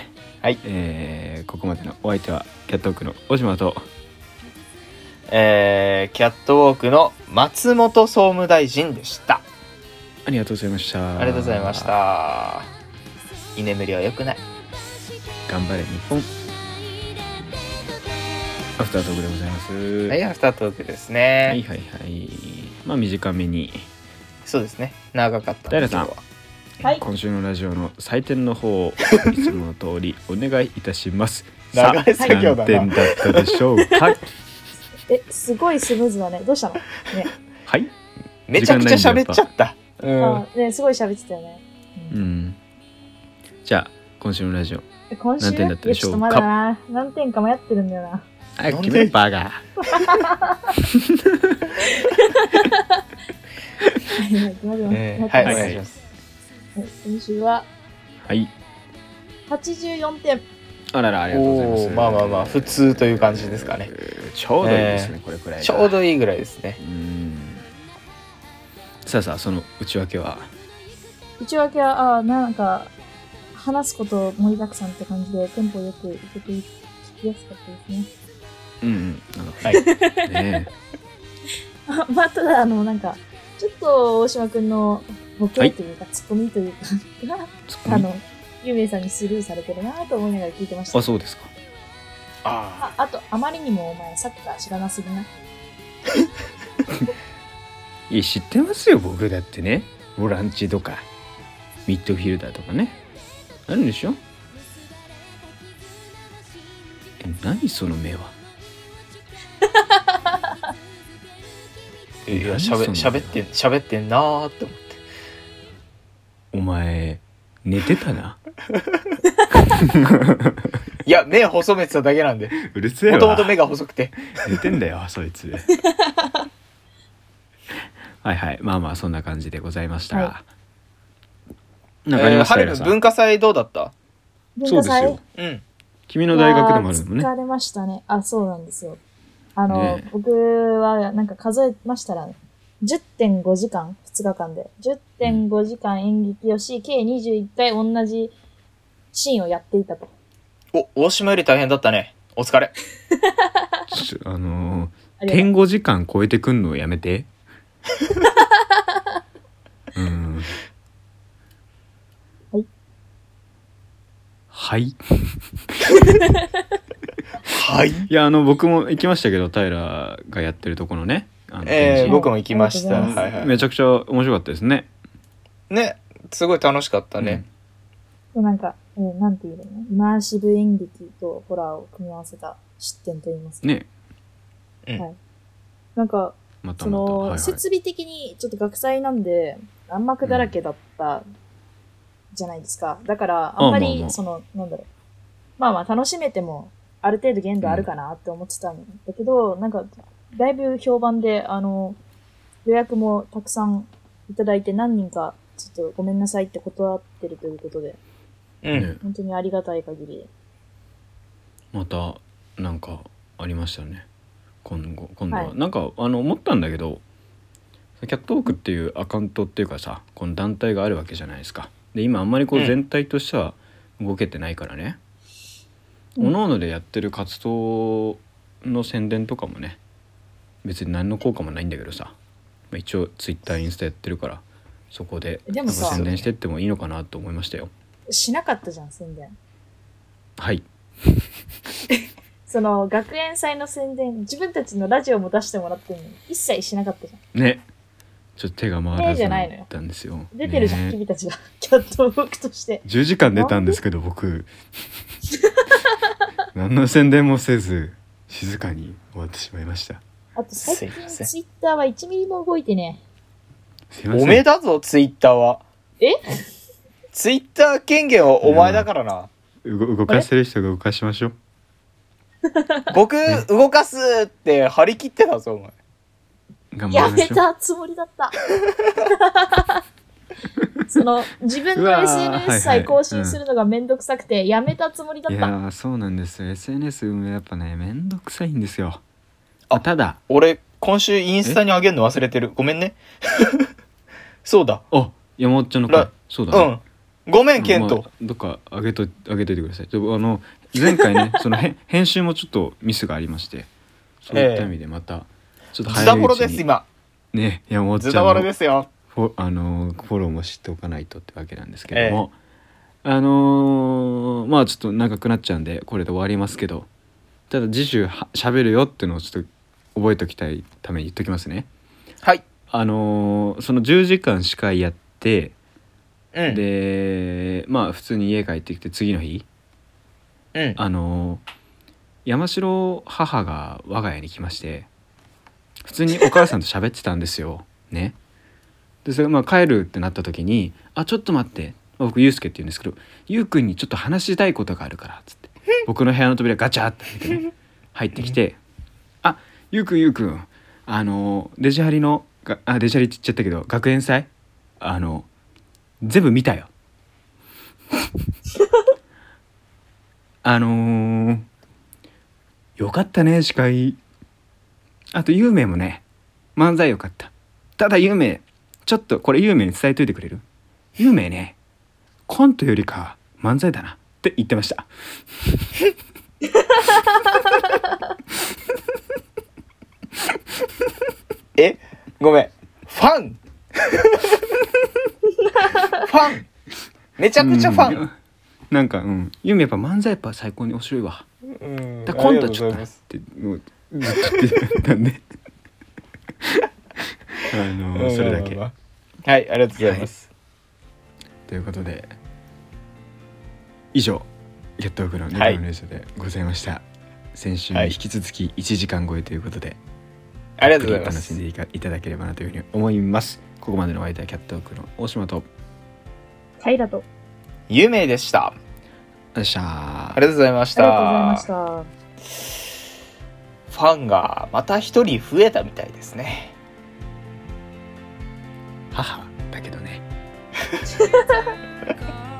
Speaker 1: はい
Speaker 2: えーここまでのお相手はキャットオークの大島と
Speaker 1: えー、キャットウォークの松本総務大臣でした
Speaker 2: ありがとうございました
Speaker 1: ありがとうございました居眠りは良くない
Speaker 2: 頑張れ日本アフタートークでございます
Speaker 1: はいアフタートークですね、
Speaker 2: はいはいはいまあ短めに
Speaker 1: そうですね長かった
Speaker 2: 平さん
Speaker 1: 今日は
Speaker 3: はい。
Speaker 2: 今週のラジオの採点の方をいつもの通りお願いいたします
Speaker 1: 長い
Speaker 2: さあ
Speaker 1: 作業だな
Speaker 2: 何点だったでしょうか
Speaker 3: え、すごいスムーズだね。どうしたのね。
Speaker 2: はい
Speaker 1: めちゃくちゃ喋っちゃったうん
Speaker 3: あね、すごい喋ってたよね。う
Speaker 2: うんんじゃあ今週のラジオ
Speaker 3: え今週
Speaker 2: 何点だったでしょうか
Speaker 3: いやちょっとまだな。何点か迷ってるんだよな。
Speaker 2: あ
Speaker 1: なんで
Speaker 2: 決めバーガー
Speaker 1: ね
Speaker 3: はいはい、待って待って待って
Speaker 1: はい、
Speaker 2: はい
Speaker 1: お願いします
Speaker 3: はい今週は
Speaker 2: はい
Speaker 3: 84点。
Speaker 2: あららありがとうございます
Speaker 1: おーまあまあまあ普通という感じですかね
Speaker 2: えーちょうどいいですね、これくらいが
Speaker 1: ちょうどいいぐらいですね
Speaker 2: うんさあさあその内訳は
Speaker 3: 内訳は、あなんか、話すこと盛りだくさんって感じで、テンポよくいけて、聞きやすかったですね。
Speaker 2: うんうんなるほど
Speaker 1: はい
Speaker 2: ね
Speaker 3: あまあ、ただ、あの、なんか、ちょっと大島くんのボケというか、ツッコミというか、
Speaker 2: えツッコ
Speaker 3: あ
Speaker 2: ミ
Speaker 3: の、ゆうめいさんにスルーされてるなと思いながら聞いてました。
Speaker 2: あそうですか
Speaker 1: あ
Speaker 3: ああと、あまりにもお前、さっきから知らなすぎな。
Speaker 2: いや知ってますよ僕だってねボランチとかミッドフィルダーとかねあるんでしょえ何その目は
Speaker 1: あいやしゃべ
Speaker 2: 何
Speaker 1: し
Speaker 2: そ
Speaker 1: ゃ
Speaker 2: の目は
Speaker 1: ってしゃべってんなーって思って
Speaker 2: お前寝て たな
Speaker 1: いや目細めてただけなんで
Speaker 2: うるせえ
Speaker 1: も
Speaker 2: わ
Speaker 1: ともと目が細くて
Speaker 2: 寝てんだよそいつはいはいまあまあそんな感じでございましたが、
Speaker 3: は
Speaker 2: なんかありました、
Speaker 1: えー
Speaker 2: 平
Speaker 1: 春
Speaker 2: さ
Speaker 1: くん
Speaker 2: ん
Speaker 1: 文化祭どうだった
Speaker 3: 文
Speaker 2: そう
Speaker 3: 化
Speaker 2: です
Speaker 3: 祭
Speaker 2: よ
Speaker 1: うん
Speaker 2: 君の大学でもあるの
Speaker 3: いやー
Speaker 2: ね
Speaker 3: 疲れましたね。あ、そうなんですよ。あの、
Speaker 2: ねえ
Speaker 3: 僕はなんか数えましたら、10.5時間、2日間で。10.5時間演劇をし、計21回同じシーンをやっていたと。
Speaker 1: お大島より大変だったねお疲れ
Speaker 2: ちょあの
Speaker 3: あ
Speaker 2: ー、
Speaker 3: りがと
Speaker 2: 点5時間超えてくんのをやめ てうんは
Speaker 3: はい
Speaker 2: いい
Speaker 1: はい
Speaker 2: やあの僕も行きましたけど平がやってるところねあの展
Speaker 1: えー、
Speaker 2: 示
Speaker 1: 僕も行きました
Speaker 3: ありがとうござ
Speaker 1: はいい
Speaker 3: ま
Speaker 1: はい
Speaker 2: めちゃくちゃ面白かったですね
Speaker 1: ねすごい楽しかったね、
Speaker 3: う。なんか、えーなんていうのね。イマーシブ演劇とホラーを組み合わせた出展といいますか。
Speaker 2: ね
Speaker 3: なんか、
Speaker 2: また
Speaker 3: そ
Speaker 2: また
Speaker 3: の、
Speaker 2: はいはい
Speaker 3: 設備的にちょっと学祭なんで、暗幕だらけだったじゃないですか。だから、あんま
Speaker 2: あまあ
Speaker 3: り、
Speaker 2: まあ
Speaker 3: その、なんだろう。まあまあ、楽しめても、ある程度限度あるかなって思ってたんだけど、なんか、だいぶ評判で、あの、予約もたくさんいただいて、何人か、ちょっとごめんなさいって断ってるということで、
Speaker 1: うん、
Speaker 2: ね
Speaker 3: 本当にありがたい限り。
Speaker 2: またなんかありましたね今後今度は、
Speaker 3: はい
Speaker 2: なんかあの思ったんだけどキャットウォークっていうアカウントっていうかさこの団体があるわけじゃないですかで今あんまりこ
Speaker 1: う
Speaker 2: うん全体としては動けてないからね、
Speaker 3: うん
Speaker 2: 各々でやってる活動の宣伝とかもね別に何の効果もないんだけどさ、まあ、一応ツイッターインスタやってるからそこで
Speaker 3: で
Speaker 2: なん
Speaker 3: も
Speaker 2: か
Speaker 3: さ
Speaker 2: 宣伝してってもいいのかなと思いましたよ
Speaker 3: しなかったじゃん、宣伝。
Speaker 2: はい
Speaker 3: その、学園祭の宣伝、自分たちのラジオも出してもらってるのに、一切しなかったじゃん。
Speaker 2: ねちょっと手が回ら
Speaker 3: 手
Speaker 2: ず
Speaker 3: じ
Speaker 2: に
Speaker 3: ゃないの
Speaker 2: な
Speaker 3: よ
Speaker 2: ったんですよ
Speaker 3: 出てるじゃん、
Speaker 2: ね
Speaker 3: 君たちが。 キャットウォークとして。
Speaker 2: 10時間出たんですけど僕 何の宣伝もせず静かに終わってしまいました
Speaker 3: あと最
Speaker 1: すいませ
Speaker 3: 近
Speaker 1: ん
Speaker 3: ツイッターは1ミリも動いてね。
Speaker 2: すいません
Speaker 1: おめえだぞツイッターは
Speaker 3: え
Speaker 1: ツイッター権限はお前だからな、
Speaker 2: うご動かせる人が動かしましょう
Speaker 1: 僕動かすって張り切ってたぞお前
Speaker 2: 頑張
Speaker 3: や
Speaker 2: りま
Speaker 3: め
Speaker 2: しょう
Speaker 3: たつもり だった。その自分
Speaker 2: う
Speaker 3: の
Speaker 2: わーはい
Speaker 3: SNS さ
Speaker 2: は
Speaker 3: え
Speaker 2: い
Speaker 3: 更新するのがめんどくさくて、やめたつもりだ
Speaker 2: い
Speaker 3: っ
Speaker 2: や
Speaker 3: た。
Speaker 2: ーそうなんですよ SNS 運営やっぱねめんどくさいんですよ
Speaker 1: あ
Speaker 2: ただ
Speaker 1: 俺今週インスタにあげるの忘れてるごめんね そうだ
Speaker 2: あ山本ちゃんの声
Speaker 1: ら
Speaker 2: そうだね、
Speaker 1: うんごめん ケ
Speaker 2: ま
Speaker 1: ン
Speaker 2: あ
Speaker 1: ト
Speaker 2: どっか上げと上げといてくださいでもあの前 回ねそのへ編集もちょっとミスがありましてそういった意味でまた、ちょっと
Speaker 1: ズタ
Speaker 2: 早いう
Speaker 1: ボロ
Speaker 2: ち
Speaker 1: です
Speaker 2: に
Speaker 1: 今
Speaker 2: ね山本
Speaker 1: ズ
Speaker 2: ちゃ
Speaker 1: タ
Speaker 2: ん
Speaker 1: ボ
Speaker 2: の
Speaker 1: ロですよ
Speaker 2: フフォあのーフォローもしておかないとってわけなんですけども、あのーまあちょっと長くなっちゃうんでこれで終わりますけどただ次週は喋るよっていうのをちょっと覚えておきたいために言っときますね。
Speaker 4: はい。
Speaker 2: あのーその10時間司会やって、
Speaker 4: うん。
Speaker 2: でまあ普通に家帰ってきて次の日
Speaker 4: うん。
Speaker 2: あの山城母が我が家に来まして普通にお母さんと喋ってたんですよねでそれまあ帰るってなった時に「あちょっと待って」まあ僕ゆうすけって言うんですけど「ゆうくんにちょっと話したいことがあるから」っつって僕の部屋の扉ガチャって開けてね入ってきて「あゆうくんゆうくんあのデジハリのがあデジハリって言っちゃったけど学園祭あの全部見たよ」あのー、よかったね司会あと有名もね漫才よかったただ有名ちょっとこれ有名に伝えといてくれる有名ねコントよりかは漫才だなって言ってました
Speaker 4: えごめん。ファンファンめちゃくちゃフ
Speaker 2: う
Speaker 4: ァ
Speaker 2: んなんかうん有名やっぱ漫才やっぱ最高に面白いわ
Speaker 4: ン。うん
Speaker 2: だからコントはちょっと
Speaker 4: ありがござい
Speaker 2: な
Speaker 4: ま
Speaker 2: っ
Speaker 4: す
Speaker 2: てもうずっと言ってた んであのーそれだ
Speaker 4: う
Speaker 2: け
Speaker 4: んまあまあまあはい、ありがとうございます。
Speaker 2: ということで以上「ゲットオフのネタのレース」でございました、先週に引き続き1時間超えということで、
Speaker 4: ありがとうございま
Speaker 2: 楽しん
Speaker 4: す。
Speaker 2: でいかいただければなというふうに思いますここまでのお相手はキャットオークの大島と
Speaker 3: はいだと。
Speaker 4: 有名でした。
Speaker 2: あっしゃ
Speaker 4: ありがとうございまし
Speaker 3: ありがとうござい
Speaker 4: た
Speaker 3: まし。た。
Speaker 4: ファンがまた一人増えたみたいですね。
Speaker 2: 母だけどね
Speaker 5: 「